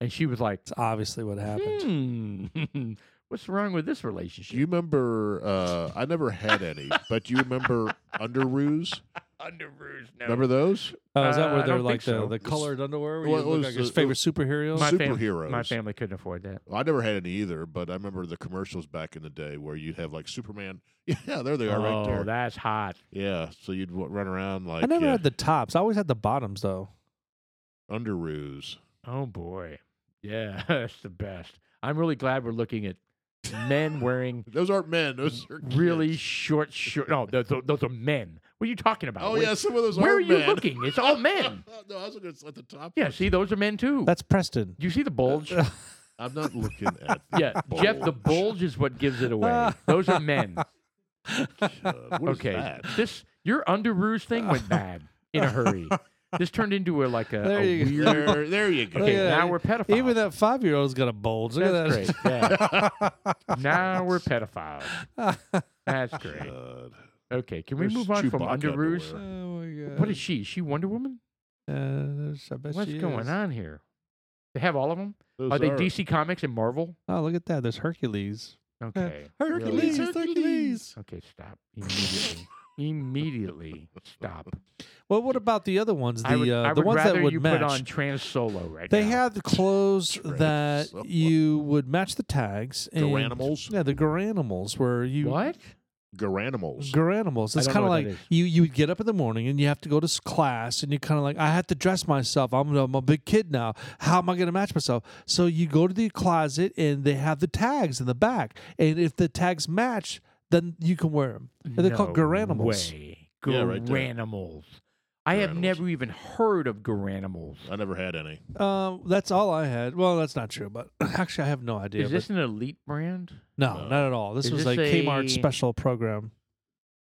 B: And she was like,
C: it's obviously what happened.
B: hmm, what's wrong with this
D: Do you
B: relationship?
D: remember? Uh, I never had any, but do you remember underoos?
B: Underoos, no.
D: Remember those?
C: Oh, is that
B: Uh,
C: where
B: I
C: they're
B: don't
C: like
B: think
C: the,
B: so.
C: the colored underwear? Where
D: Well,
C: you
D: it
C: look
D: was
C: like his
D: the-
C: favorite
D: it
C: superheroes?
D: was-
B: my fam-
D: superheroes.
B: my family couldn't afford that.
D: I never had any either, but I remember the commercials back in the day where you'd have like Superman. Yeah, there they are right
B: oh,
D: there.
B: that's hot.
D: yeah, so you'd w- run around like
C: I never
D: yeah,
C: had the tops. I always had the bottoms though.
D: underoos.
B: Oh boy, yeah, that's the best. I'm really glad we're looking at men wearing
D: Those aren't men. Those are kids.
B: Mm, really short short. No, those, those- those are men. What are you talking about?
D: Oh
B: Where-
D: yeah, some of those.
B: where
D: are
B: are you
D: men.
B: looking? It's all men.
D: no, I was looking at the top.
B: Yeah,
D: one.
B: see, those are men too.
C: That's Preston.
B: Do you see the bulge?
D: I'm not looking at. the
B: yeah, Jeff, the
D: bulge.
B: bulge is what gives it away. Those are men.
D: Uh, what is
B: Okay,
D: that?
B: this your underoos thing went bad in a hurry. This turned into a like a,
C: There
B: a
C: you go.
B: weird.
D: There, there you go.
B: Okay,
C: Yeah,
B: now we're pedophiles.
C: Even that five year old's got a bulge. Look
B: That's
C: at
B: great. Yeah. now we're pedophiles.
C: that.
B: That's great.
D: God.
B: Okay, can we
D: There's
B: move on from
D: Chewbacca
B: Under Rouge?
C: oh
D: everywhere.
C: my god.
B: What is she? Is she Wonder Woman?
C: Uh, there's- I bet
B: What's
C: she
B: going
C: is.
B: on here? They have all of them.
D: Those
B: Are they DC Comics and Marvel?
C: Oh, look at that. There's Hercules.
B: Okay.
C: Hercules,
B: Really?
C: Hercules.
B: Okay, stop immediately. immediately stop.
C: Well, what about the other ones? The
B: I would,
C: uh,
B: I
C: the
B: would
C: ones
B: rather
C: that would
B: you
C: match.
B: put on Trans Solo right
C: they
B: now.
C: had clothes
D: Trans-
C: that
D: someone.
C: you would match the tags. And,
D: Garanimals?
C: Yeah, the garanimals where you
B: what?
D: Garanimals.
C: Garanimals.
B: I don't
C: It's
B: know
C: kind of
B: what that
C: like
B: is.
C: you you would get up in the morning and you have to go to s- class and you kind of like I have to dress myself. I'm, I'm a big kid now. How am I going to match myself? So you go to the closet and they have the tags in the back, and if the tags match, then you can wear them. And they're called
B: No
C: garanimals.
B: Way.
D: Yeah, right there.
B: Garanimals. I have
D: Garanimals.
B: never even heard of Garanimals.
D: I never had any.
C: Um, that's all I had. Well, that's not true, but actually I have no idea.
B: Is
C: but
B: this an elite brand?
C: no,
D: no.
C: not at all. This
B: Is
C: was
B: this
C: a Kmart
B: a-
C: special program.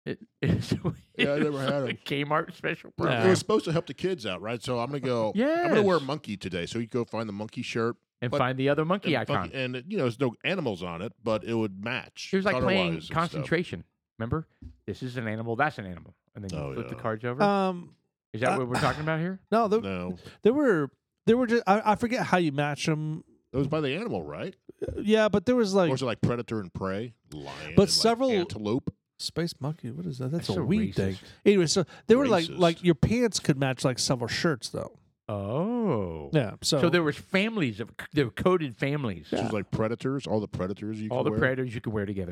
B: It, is,
D: Yeah, I never had
B: a
D: 'em.
B: Kmart special
C: No.
B: program.
D: It was supposed to help the kids out, right? So I'm gonna go. I'm gonna wear
B: Yes.
D: monkey today. So you go find the monkey shirt.
B: and
D: but-
B: find the other monkey
D: and,
B: icon.
D: monkey- and it- you know, there's no animals on it, but it would match.
B: It was like
D: otherwise
B: playing
D: and stuff.
B: concentration. Remember, this is an animal. That's an animal. And then you
D: Oh,
B: flip the
D: yeah.
B: cards over.
C: Um,
B: is that
C: uh,
B: what we're talking about here?
C: no, there,
D: No,
C: there were there were just I, I forget how you match them.
D: it was by the animal, right?
C: Yeah, but there was like
D: or is it like predator and prey, lion, and,
C: But
D: like,
C: several-
D: antelope?
C: Space monkey. What is that? That's,
B: so
C: a weed thing.
B: racist.
C: Anyway, so they were like
D: Racist.
C: like your pants could match like several shirts though.
B: Oh.
C: Yeah. So,
B: So, there was families of there were coded families.
D: It was like predators, all the predators you
B: All
D: can
B: the
D: wear,
B: predators you could wear together.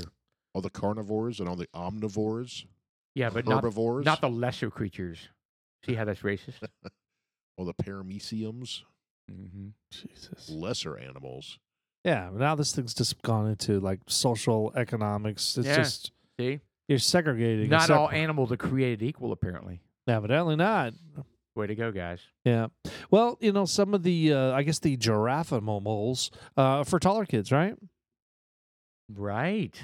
D: all the carnivores and all the omnivores,
B: Yeah, but not
D: herbivores,
B: not the lesser creatures. See how that's racist?
D: all the parameciums,
B: mm-hmm.
C: Jesus.
D: lesser animals.
C: Yeah. but Now this thing's just gone into like social economics. It's
B: Yeah.
C: just
B: See,
C: you're segregating.
B: not all
C: separate-
B: animals are created equal. Apparently,
C: Evidently not.
B: way to go, guys.
C: Yeah. Well, you know some of the uh, I guess the giraffe moles uh, for taller kids, right?
B: Right.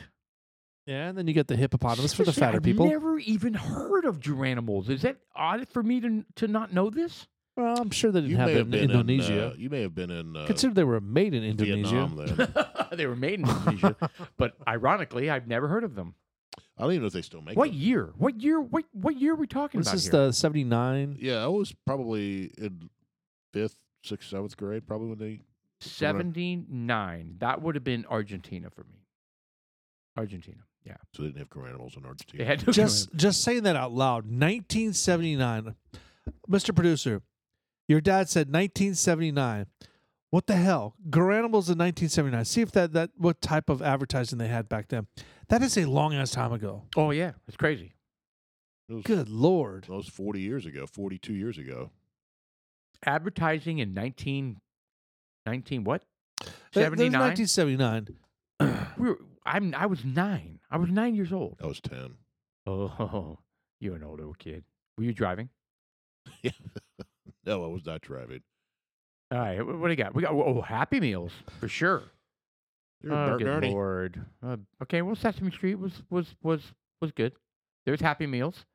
C: Yeah. And then you get the hippopotamus for the
B: Seriously,
C: fatter
B: I've
C: people.
B: Never even heard of geranimals. Is that odd for me to to not know this?
C: well, I'm sure they didn't
D: you
C: have
D: may have
C: them in
D: been
C: Indonesia.
D: In, uh, you may have been in uh,
C: Consider they were made in Indonesia.
D: Vietnam. Then
B: they were made in Indonesia, but ironically, I've never heard of them.
D: I don't even know if they still make
B: What
D: them.
B: year? What year? What what year are we talking
C: This
B: about
C: is
B: here?
C: the '79.
D: Yeah, I was probably in fifth, sixth, seventh grade, probably when they.
B: Seventy nine. That would have been Argentina for me. Argentina. Yeah.
D: So they didn't have geranimals in Argentina.
B: They had no
C: just just saying that out loud 1979 mr producer your dad said 1979 what the hell garanimals in 1979 see if that that what type of advertising they had back then that is a long ass time ago
B: Oh yeah, it's crazy.
D: It was-
C: good lord
D: That was 40 years ago, 42 years ago.
B: Advertising in 19, 19 what?
C: That- that was
B: Seventy nine.
C: 1979
B: We were- I'm I was nine. I was nine years old.
D: I was 10.
B: Oh, you're an old old kid. Were you driving?
D: No, I was not driving.
B: All right. wh- What do you got? We got oh Happy Meals for sure.
D: They were
B: Oh,
D: burnt
B: good
D: Ernie.
B: lord. Uh, okay, well, Sesame Street was was was was good. There's Happy Meals.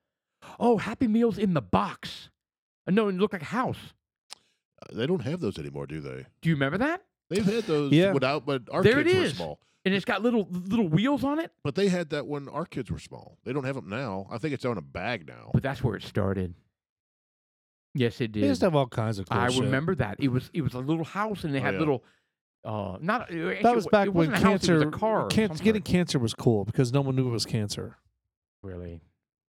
B: Oh, Happy Meals in the box. Uh, No, it looked like a house.
D: Uh, They don't have those anymore, do they?
B: Do you remember that?
D: They've had those
C: Yeah.
D: without, but our
B: There
D: kids
B: it
D: were
B: is.
D: small.
B: And it's got little little wheels on it.
D: But they had that when our kids were small. They don't have them now. I think it's on a bag now.
B: But that's where it started. Yes, it
C: they
B: did.
C: used to have all kinds of cool
B: I
C: shit.
B: remember that. It was it was a little house, and they
D: Oh,
B: had
D: yeah.
B: little. Uh, not uh, actually,
C: that was
B: it
C: back when
B: wasn't a house, it was
C: cancer
B: a car or
C: can-
B: something.
C: getting cancer was cool because no one knew it was cancer
B: really.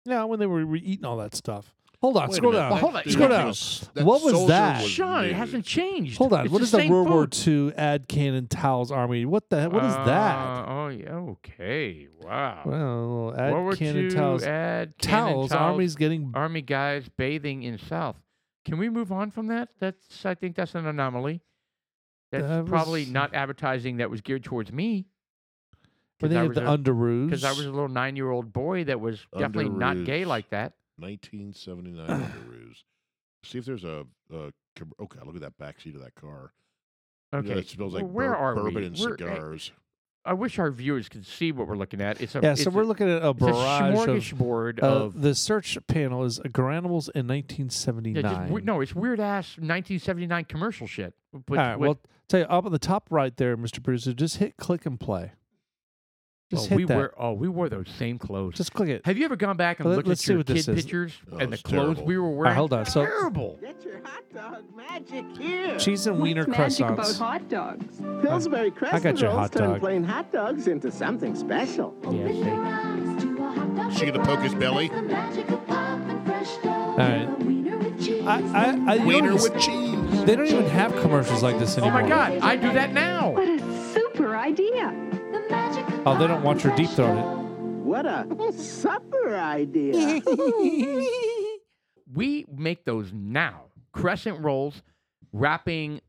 C: yeah when they were re- eating all that stuff hold on
D: Wait a
C: scroll
D: minute,
C: down
B: Well, hold on,
D: dude
B: scroll
C: down.
D: was- that
C: What was
D: soldier
C: that?
B: Sean, it
D: new.
B: hasn't changed.
C: Hold on.
B: It's
C: what
B: the
C: is the,
B: same
C: World
B: food.
C: War II ad cannon towels army? What the? What is
B: Uh,
C: that?
B: Oh, yeah. Okay. Wow.
C: Well, ad
B: World War
C: cannon
B: II,
C: towels.
B: Ad cannon
C: towels. Army's getting.
B: Army guys bathing in South. Can we move on from that? That's. I think that's an anomaly. That's
C: That
B: probably
C: was-
B: not advertising that was geared towards me.
C: Were they
B: I
C: at
B: was
C: the
B: a-
C: underoos?
B: because I was a little nine-year-old boy that was definitely not gay
D: Underoos.
B: like that.
D: 1979 Underoos. See if there's a, a com- oh god, look at that backseat of that car. Yeah,
B: Okay,
D: it smells like
B: Well, where
D: bur-
B: are
D: bourbon
B: we?
D: and
B: We're-
D: cigars.
B: I wish our viewers could see what we're looking at. It's a
C: Yeah,
B: it's
C: so we're
B: a,
C: looking at a
B: it's a
C: barrage of
B: smorgasbord
C: Uh,
B: of
C: the search panel is Granules in 1979.
B: yeah, just we- no, it's weird ass 1979 commercial shit. But,
C: All right, well, tell you up at the top right there, Mr. Producer, just hit click and play. Just hit
B: we
C: that.
B: wear oh we wore those same clothes.
C: just click it.
B: Have you ever gone back and
C: Let-
B: looked
C: let's
B: at
C: see
B: your
C: what
B: kid
C: this is.
B: pictures
D: Oh,
B: and the
D: it's
B: clothes
D: terrible.
B: we were
C: All right,
B: wearing?
C: hold on. So
B: Terrible.
G: Get your hot dog magic here.
C: cheese and wiener
H: What's magic about
C: croissants.
H: hot dogs?
G: Pillsbury
C: I got
G: Crescent
C: your
G: rolls
C: hot
G: turn
C: dog.
G: plain hot dogs into something special.
D: She gonna poke his belly?
C: All right. I, I, I, you
D: Wiener
C: notice
D: with cheese.
C: they don't even have commercials like this
B: Oh
C: anymore.
B: my god, I do that now.
H: What a super idea!
C: Oh, they don't want your deep throat. in.
G: What a supper idea.
B: We make those now. Crescent rolls, wrapping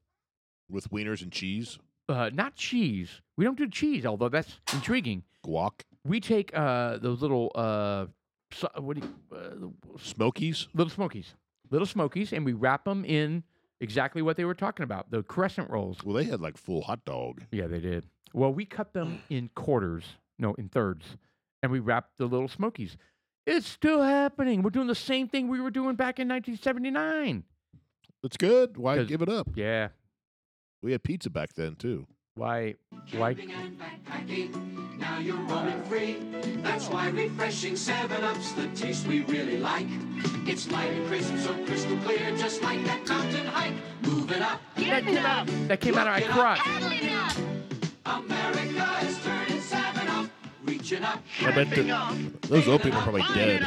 D: With wieners and cheese.
B: uh, not cheese. We don't do cheese, although that's intriguing.
D: Guac.
B: We take uh, those little uh, so, what do you, uh,
D: Smokies.
B: little smokies, little smokies, and we wrap them in exactly what they were talking about, the crescent rolls.
D: Well, they had like full hot dog.
B: Yeah, they did. Well, we cut them in quarters, no, in thirds, and we wrapped the little smokies. It's still happening. We're doing the same thing we were doing back in 1979.
D: It's good. Why
B: 'Cause-
D: give it up?
B: Yeah.
D: We had pizza back then too.
B: Why? Why?
E: Now you're roaming free. That's why refreshing 7 Up's the taste we really like. It's light and crisp, so crystal clear, just like that mountain hike. Move it up.
B: That came out. That came out of my crotch.
E: America is turning 7 Up. Reaching up.
D: I bet the- those opium are probably dead.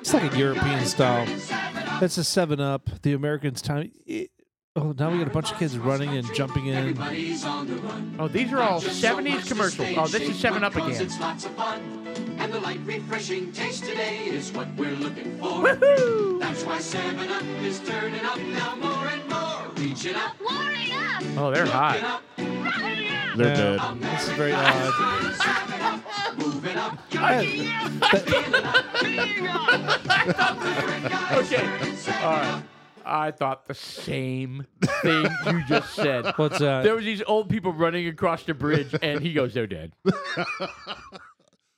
C: It's like a European style.
E: 7 Up.
C: That's a Seven Up. The Americans time. it- oh, now we got a bunch of kids running and jumping in.
E: Everybody's on the run.
B: Oh, these are all
E: Just so much
B: 70s
E: to
B: commercials.
E: stay
B: Oh, this is
E: safe,
B: 7 Up
E: because
B: again.
E: It's lots of fun. And the light, refreshing taste today is what we're looking for. That's why 7 Up is turning up now more and more. Reaching up.
B: Oh, they're
E: Hot.
B: hot.
E: Up,
D: They're
C: Yeah.
D: dead.
C: This is very odd.
E: moving up.
B: Okay. All right. I thought the same thing you just said.
C: What's that?
B: There was these old people running across the bridge, and he goes, "They're dead."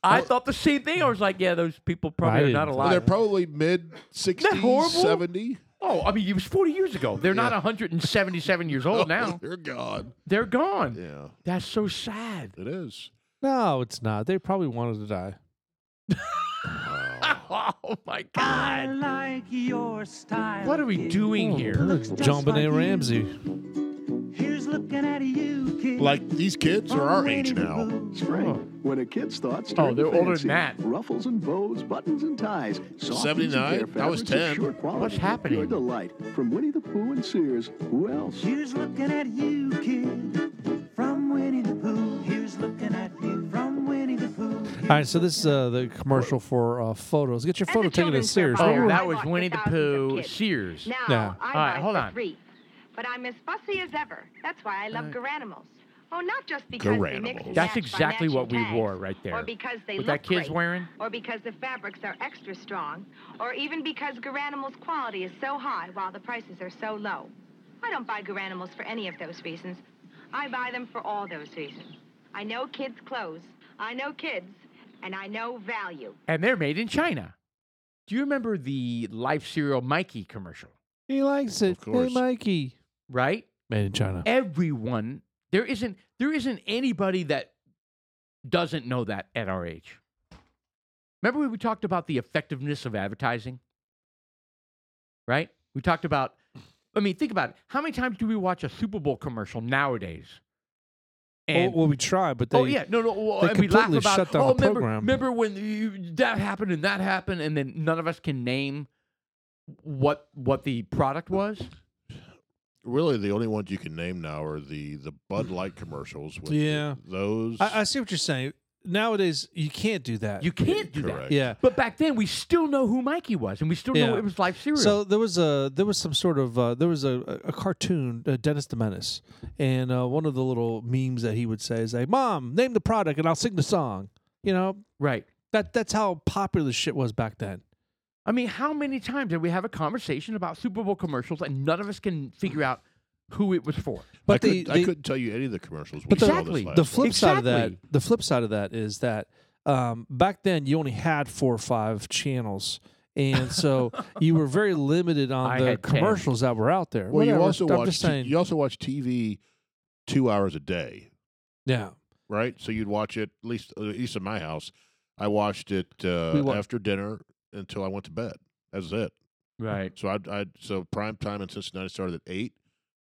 B: I thought the same thing. I was like, "Yeah, those people
C: I
B: probably are not
C: didn't-
D: Well, they're
B: alive."
D: probably mid 60s,
B: horrible?
D: 70.
B: oh, I mean, it was forty years ago. They're not 177 years old now.
D: They're gone.
B: They're gone.
D: Yeah,
B: That's so sad.
D: it is.
C: No, it's not. They probably wanted to die.
B: Oh my god!
G: like your style.
B: What are we doing here?
C: John Benet Ramsey.
G: Here's looking at you, kid.
D: Like these kids are our
B: Um,
D: age now.
I: Spring, when a kid's thoughts
B: Oh,
I: turn
B: they're
I: to
B: older
I: fancy.
B: than that.
I: Ruffles and bows, buttons and ties. softens and
D: 79?
I: care
D: That
I: fabrics
D: was
I: of
D: 10.
I: Sure quality,
B: What's happening?
I: Pure delight from Winnie the Pooh and Sears. Who else?
G: Here's looking at you, kid. From Winnie the Pooh. Here's looking at you from Winnie the Pooh.
C: All right, so this is uh, the commercial for uh, photos. Get your
H: And
C: photo
H: the
C: taken at
H: children's
C: Sears.
H: club.
C: Remember
B: Oh,
C: when-
H: I
B: that was
H: watched the
B: Winnie the
H: thousands of
B: Pooh
H: kids.
B: Sears.
H: Now,
C: Yeah.
H: I
B: All right,
H: rise
B: hold
H: to
B: on.
H: Three, but I'm as fussy as ever. That's why I love Garanimals. Oh, not just because they mix
D: Garanimals.
H: and match
B: That's
H: by
B: exactly
H: matching
B: what we
H: tags,
B: wore right there.
H: Or because they
B: What
H: look
B: that kid's
H: great,
B: wearing?
H: Or because the fabrics are extra strong. Or even because Garanimals quality is so high while the prices are so low. I don't buy Garanimals for any of those reasons. I buy them for all those reasons. I know kids' clothes. I know kids. And I know value.
B: And they're made in China. Do you remember the Life cereal Mikey commercial?
C: He likes it.
D: Of
C: Hey,
D: course.
C: Mikey.
B: Right?
C: Made in China.
B: everyone there isn't there isn't anybody that doesn't know that at our age remember when we talked about the effectiveness of advertising right we talked about i mean think about it how many times do we watch a super bowl commercial nowadays
C: Oh, well, we try, but they.
B: oh yeah, no, no. Well,
C: they
B: and we laugh
C: completely
B: about.
C: shut down
B: oh,
C: the
B: remember,
C: program."
B: remember when you, that happened and that happened, and then none of us can name what what the product was.
D: Really, the only ones you can name now are the, the Bud Light commercials. With
C: Yeah.
D: Those.
C: I, I see what you're saying. Nowadays, you can't do that.
B: You can't do that.
D: correct.
C: yeah.
B: But back then, we still know who Mikey was, and we still know
C: Yeah.
B: it was life cereal.
C: So there was a there was some sort of uh, there was a, a cartoon uh, Dennis the Menace, and uh, one of the little memes that he would say is like, "Mom, name the product, and I'll sing the song." You know
B: right.
C: that that's how popular shit was back then.
B: I mean, how many times did we have a conversation about Super Bowl commercials, and none of us can figure out who it was for.
C: But
D: I,
C: the,
D: couldn't, I
C: the-
D: couldn't tell you any of the commercials. We
C: But the-
D: saw this
B: Exactly.
D: last
C: the
D: week.
C: flip side of that
B: Exactly.
C: the flip side of that is that um, back then you only had four or five channels and so you were very limited on
B: I
C: the
B: had 10.
C: commercials that were out there
D: Well, you
C: Whatever.
D: also
C: I'm
D: watch
C: just
D: t-
C: saying,
D: you also watch TV two hours a day,
C: yeah
D: right? So you'd watch it at least at least in my house. I watched it uh,
C: We wa-
D: after dinner until I went to bed. That's it.
B: Right.
D: So I I so prime time in Cincinnati started at eight.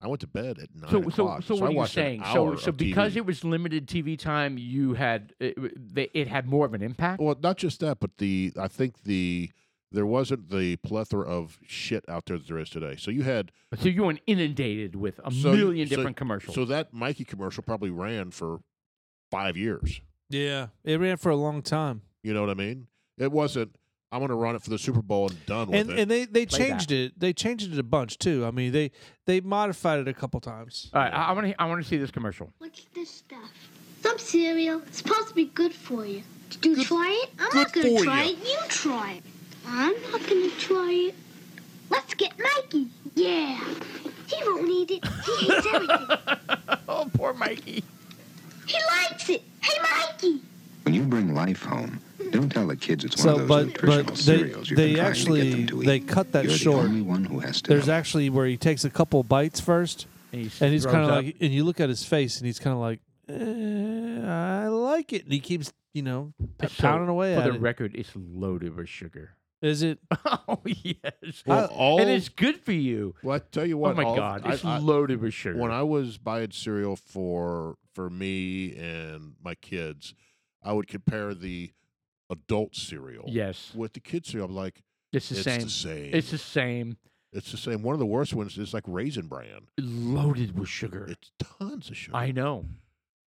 D: I went to bed at nine
B: So, so,
D: o'clock.
B: so
D: I
B: what are you
D: watched an
B: saying? So,
D: hour
B: so
D: of
B: because
D: TV.
B: it was limited TV time, you had it, it, it had more of an impact.
D: well, not just that, but the I think the there wasn't the plethora of shit out there that there is today. So you had
B: So you were inundated with a
D: So-
B: million
D: so-
B: different commercials.
D: so that Mikey commercial probably ran for five years.
C: yeah it ran for a long time
D: You know what I mean? It wasn't. I'm going to run it for the Super Bowl and done with
C: and
D: it.
C: and they, they
B: Play that.
C: changed it they changed it a bunch too I mean they they modified it a couple times
B: All right, I want to I want to see this commercial.
J: What's this stuff? Some cereal. It's supposed to be good for you. Did you try it? I'm not gonna try it. You try it. I'm not gonna try it. Let's get Mikey. Yeah. He won't need it. He hates everything.
B: oh, poor Mikey.
J: He likes it. Hey, Mikey.
K: When you bring life home, don't tell the kids it's one
C: so
K: of those
C: but
K: nutritional
C: but they
K: cereals you've been
C: they
K: trying to
C: actually
K: get them to eat.
C: they cut that
K: You're the
C: short
K: only one who has to.
C: there's
K: know.
C: actually where he takes a couple bites first
B: And he's,
C: and he's kind of like, and you look at his face, and he's kind of like, "Eh, I like it, and he keeps, you know, p- pounding away
B: For
C: at
B: the
C: it.
B: record, it's loaded with sugar.
C: Is it?
B: oh yes,
D: well, all,
B: and it's good for you.
D: well, I tell you what.
B: oh my
D: all-
B: God,
D: I-
B: it's
D: I-
B: loaded with sugar.
D: when I was buying cereal for for me and my kids, I would compare the adult cereal
B: yes,
D: with the kid cereal. I'm like,
B: it's the
D: it's
B: same.
D: the same.
B: It's the same.
D: It's the same. One of the worst ones is like Raisin Bran.
B: Loaded with sugar.
D: It's tons of sugar.
B: I know.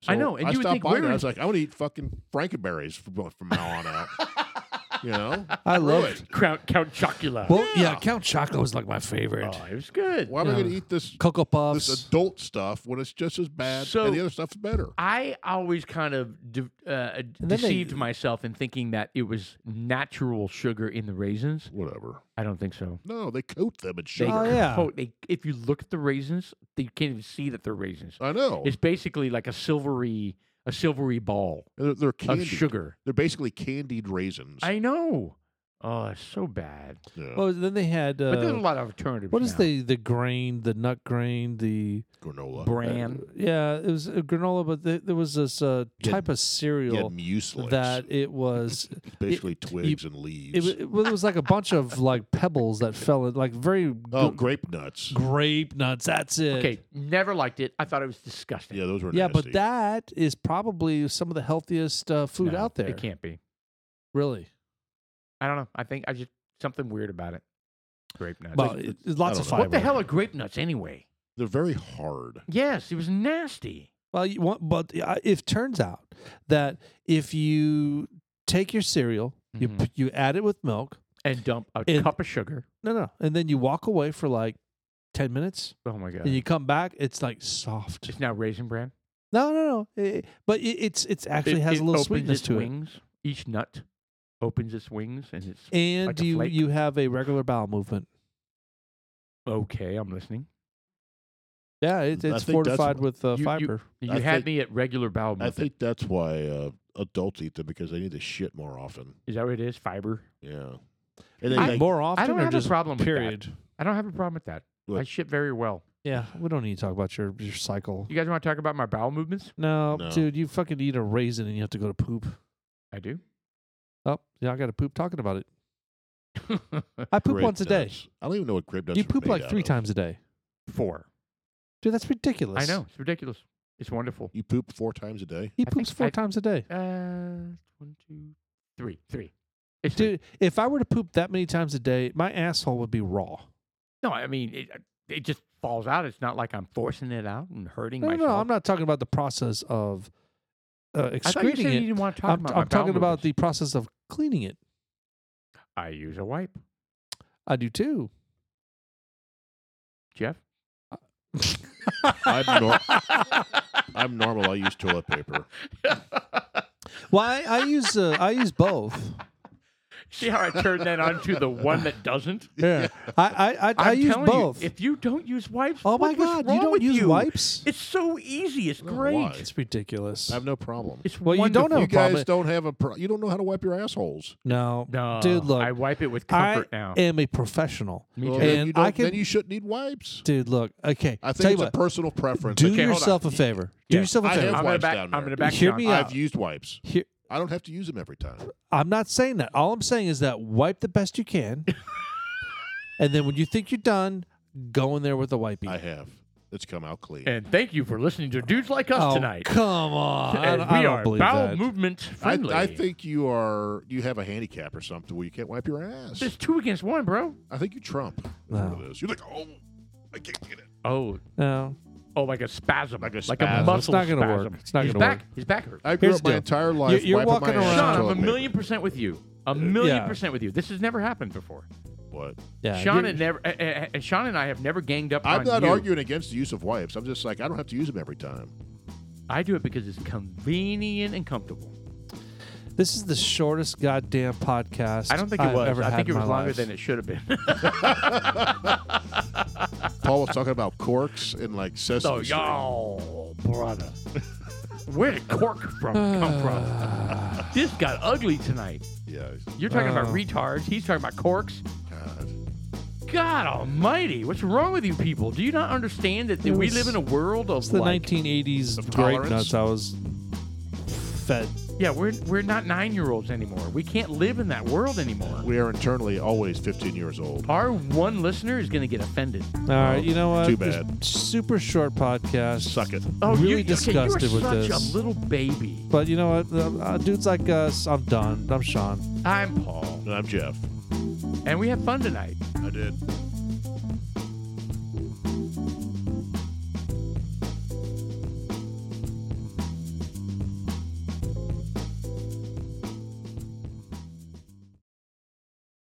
D: So
B: I know, and
D: I
B: you would
D: stopped
B: think,
D: buying
B: where
D: it. I
B: is-
D: was like, I'm going to eat fucking Frankenberries from, uh, from now on out. you know?
C: I love
D: Really?
C: it.
B: Count Count Chocula.
C: Well, yeah.
D: Yeah.
C: Count Chocula was like my favorite.
B: oh, it was good.
D: Why am I going to
C: Yeah.
D: eat this
C: Cocoa
D: this
C: Puffs.
D: adult stuff when it's just as bad
B: So-
D: and the other stuff's better.
B: I always kind of de- uh,
C: they-
B: deceived myself in thinking that it was natural sugar in the raisins.
D: Whatever.
B: I don't think so.
D: No, they coat them in
B: They
D: sugar.
C: Oh, yeah.
B: coat- they, if you look at the raisins, they can't even see that they're raisins.
D: I know.
B: It's basically like a silvery, a silvery ball
D: They're, they're
B: of
D: candied.
B: sugar.
D: They're basically candied raisins.
B: I know. Oh, it's so bad.
D: Yeah.
C: Well, then they had.
B: But there's a
C: Uh,
B: lot of alternatives.
C: what is
B: now.
C: the the grain? The nut grain. The
D: granola.
B: brand?
C: Uh, yeah, it was a granola, but th- there was this uh,
D: You had-
C: type of
D: You had
C: cereal
D: mucilage.
C: that it was.
D: It's basically twigs and leaves.
C: It, wa- it, wa- it was like a bunch of like pebbles that fell in, like very gr-
D: oh, grape nuts.
C: grape nuts. That's it.
B: Okay, never liked it. I thought it was disgusting.
D: Yeah, those were
C: uh, Yeah,
D: nasty.
C: but that is probably some of the healthiest uh, food
B: No,
C: out there.
B: It can't be.
C: really.
B: I don't know. I think I just something weird about it. Grape nuts.
C: Well, it, it's lots
D: I
C: of
D: don't know.
C: fiber.
B: what the hell are grape nuts anyway?
D: They're very hard.
B: Yes, it was nasty.
C: Well, you want, but uh, if turns out that if you take your cereal, you
B: Mhm.
C: p you add it with milk,
B: And dump a
C: It-
B: cup of sugar.
C: no, no, and then you walk away for like ten minutes,
B: Oh my god.
C: and you come back, it's like soft.
B: it's now raisin bran.
C: No, no, no. It, but it, it's it's actually
B: it,
C: has
B: it
C: a little
B: opens
C: sweetness
B: its
C: to it.
B: wings. Each nut opens its wings and it's
C: And
B: Like a
C: you
B: flake.
C: you have a regular bowel movement.
B: okay, I'm listening.
C: Yeah, it,
D: I
C: it's
D: think that's
C: fortified
D: what-
C: with uh,
B: You- you-
C: fiber.
B: You
D: I
B: had
D: think-
B: me at regular bowel
D: I
B: movement.
D: think that's why uh, adults eat them because they need to shit more often.
B: Is that what it is? Fiber?
D: Yeah. And then
B: I-
D: they,
C: more often,
B: I don't
C: or
B: have a
C: just
B: problem with that.
C: Period.
B: I don't have a problem with that. I
D: Look.
B: shit very well.
C: Yeah, we don't need to talk about your, your cycle.
B: You guys want to talk about my bowel movements?
C: No,
D: No.
C: dude, you fucking eat a raisin and you have to go to poop.
B: I do.
C: Oh, yeah, I got to poop talking about it. I poop
D: grape
C: once a day.
D: nuts. I don't even know what grape nuts
C: You
D: are
C: poop
D: made
C: like
D: out
C: three
D: of.
C: times a day.
B: Four.
C: Dude, that's ridiculous.
B: I know. It's ridiculous. It's wonderful.
D: You poop four times a day?
C: He
B: I
C: poops
B: think
C: four
B: I-
C: times a day.
B: Uh, one, two, three, three. It's three.
C: Dude, if I were to poop that many times a day, my asshole would be raw.
B: No, I mean it. It just falls out. It's not like I'm forcing it out and hurting
C: No, no,
B: myself.
C: no, I'm not talking about the process of
B: I
C: uh,
B: thought you said
C: excreting
B: you
C: it.
B: didn't want to talk
C: I'm,
B: about.
C: I'm
B: my bowel
C: talking about
B: movements.
C: the process of cleaning it.
B: I use a wipe,
C: I do too.
B: Jeff.
D: I'm, nor- I'm normal. I use toilet paper.
C: Well, I, I use uh, I use both.
B: See how I turned that on to the one that doesn't?
C: Yeah. I, I, I, I
B: I'm
C: use
B: telling you,
C: both.
B: if you don't use wipes,
C: Oh my
B: what was
C: God, you
B: wrong
C: don't
B: with
C: use
B: you?
C: wipes?
B: It's so easy. It's
D: why.
B: great.
C: Oh, it's ridiculous.
D: I have no problem.
B: It's
C: Well, you don't
B: wonderful.
C: have
D: you
C: a problem.
D: guys don't have a pro- you don't know how to wipe your assholes.
C: No,
B: No,
C: dude, look,
B: I wipe it with
C: I
B: comfort now.
C: am a professional.
B: Me
D: Well,
B: too.
D: then
C: And
D: you don't-
C: I can-
D: then you shouldn't need wipes.
C: Dude, look, okay. tell
D: I think it's
C: you
D: a
C: what,
D: personal preference.
C: do
D: Okay, hold on.
C: yourself a favor. Do
B: Yeah.
C: yourself a
D: I
C: favor.
D: have
B: I'm gonna
D: wipes
B: back.
D: down there.
B: I'm gonna back.
C: Hear
B: down.
C: me
B: I-
C: out.
D: I've used wipes.
C: Here-
D: I don't have to use them every time.
C: I'm not saying that. All I'm saying is that wipe the best you can, and then when you think you're done, go in there with a wipey.
D: I have. It's come out clean.
B: And thank you for listening to Dudes Like Us
C: oh,
B: tonight.
C: come on! I,
B: And
C: don't-
B: we
C: I don't
B: are
C: believe
B: bowel
C: that.
B: movement
D: I,
B: friendly.
D: I think you are you have a handicap or something where you can't wipe your ass.
B: there's two against one, bro.
D: I think you trump. is
C: No.
D: what it is. You're like, oh, I can't get it.
B: Oh,
C: No,
B: oh, like a spasm,
D: Like a
C: spasm.
B: muscle
C: It's not gonna work.
B: spasm.
C: It's not
B: His
C: gonna
B: back,
C: work.
B: His back hurts.
D: I grew
C: Here's
D: up
C: the
D: my
C: deal.
D: entire life.
C: you're
D: wiping
C: walking
D: my ass
C: around-
D: with
B: Sean, I'm a
D: toilet paper.
B: million percent with you. A million
C: yeah.
B: percent with you. This has never happened before.
D: What?
C: yeah.
B: Sean
C: you're-
B: and never, eh, eh, eh, Sean and I have never ganged up
D: I'm
B: on
D: not
B: you.
D: arguing against the use of wipes. I'm just like I don't have to use them every time.
B: I do it because it's convenient and comfortable.
C: this is the shortest goddamn podcast.
B: I don't think it
C: I've
B: was.
C: Ever
B: I
C: had
B: think it
C: in
B: was
C: my
B: longer
C: life.
B: than it should have been.
D: Paul was talking about corks and like sesame.
B: so,
D: Street.
B: y'all, brother, where did cork from
C: Uh.
B: come from? this got ugly tonight.
D: Yeah.
B: You're talking about
C: Oh.
B: retards. He's talking about corks.
D: God.
B: God Almighty, what's wrong with you people? Do you not understand that, that
C: It
B: we
C: was-
B: live in a world of
C: It's the
B: like,
C: 1980s
D: Of
C: grape
D: tolerance?
C: nuts. I was fed.
B: yeah, we're we're not nine year olds anymore. We can't live in that world anymore.
D: We are internally always 15 years old.
B: Our one listener is going to get offended.
C: All right, you know what?
D: too
C: This
D: bad.
C: Super short podcast.
D: Suck it.
B: Oh,
C: Really
B: you, okay,
C: disgusted
B: you are
C: with
B: such
C: this.
B: a little baby.
C: But you know what? Uh, uh, dudes like us, I'm done. I'm Sean.
B: I'm Paul,
D: And I'm Jeff.
B: and we had fun tonight.
D: I did.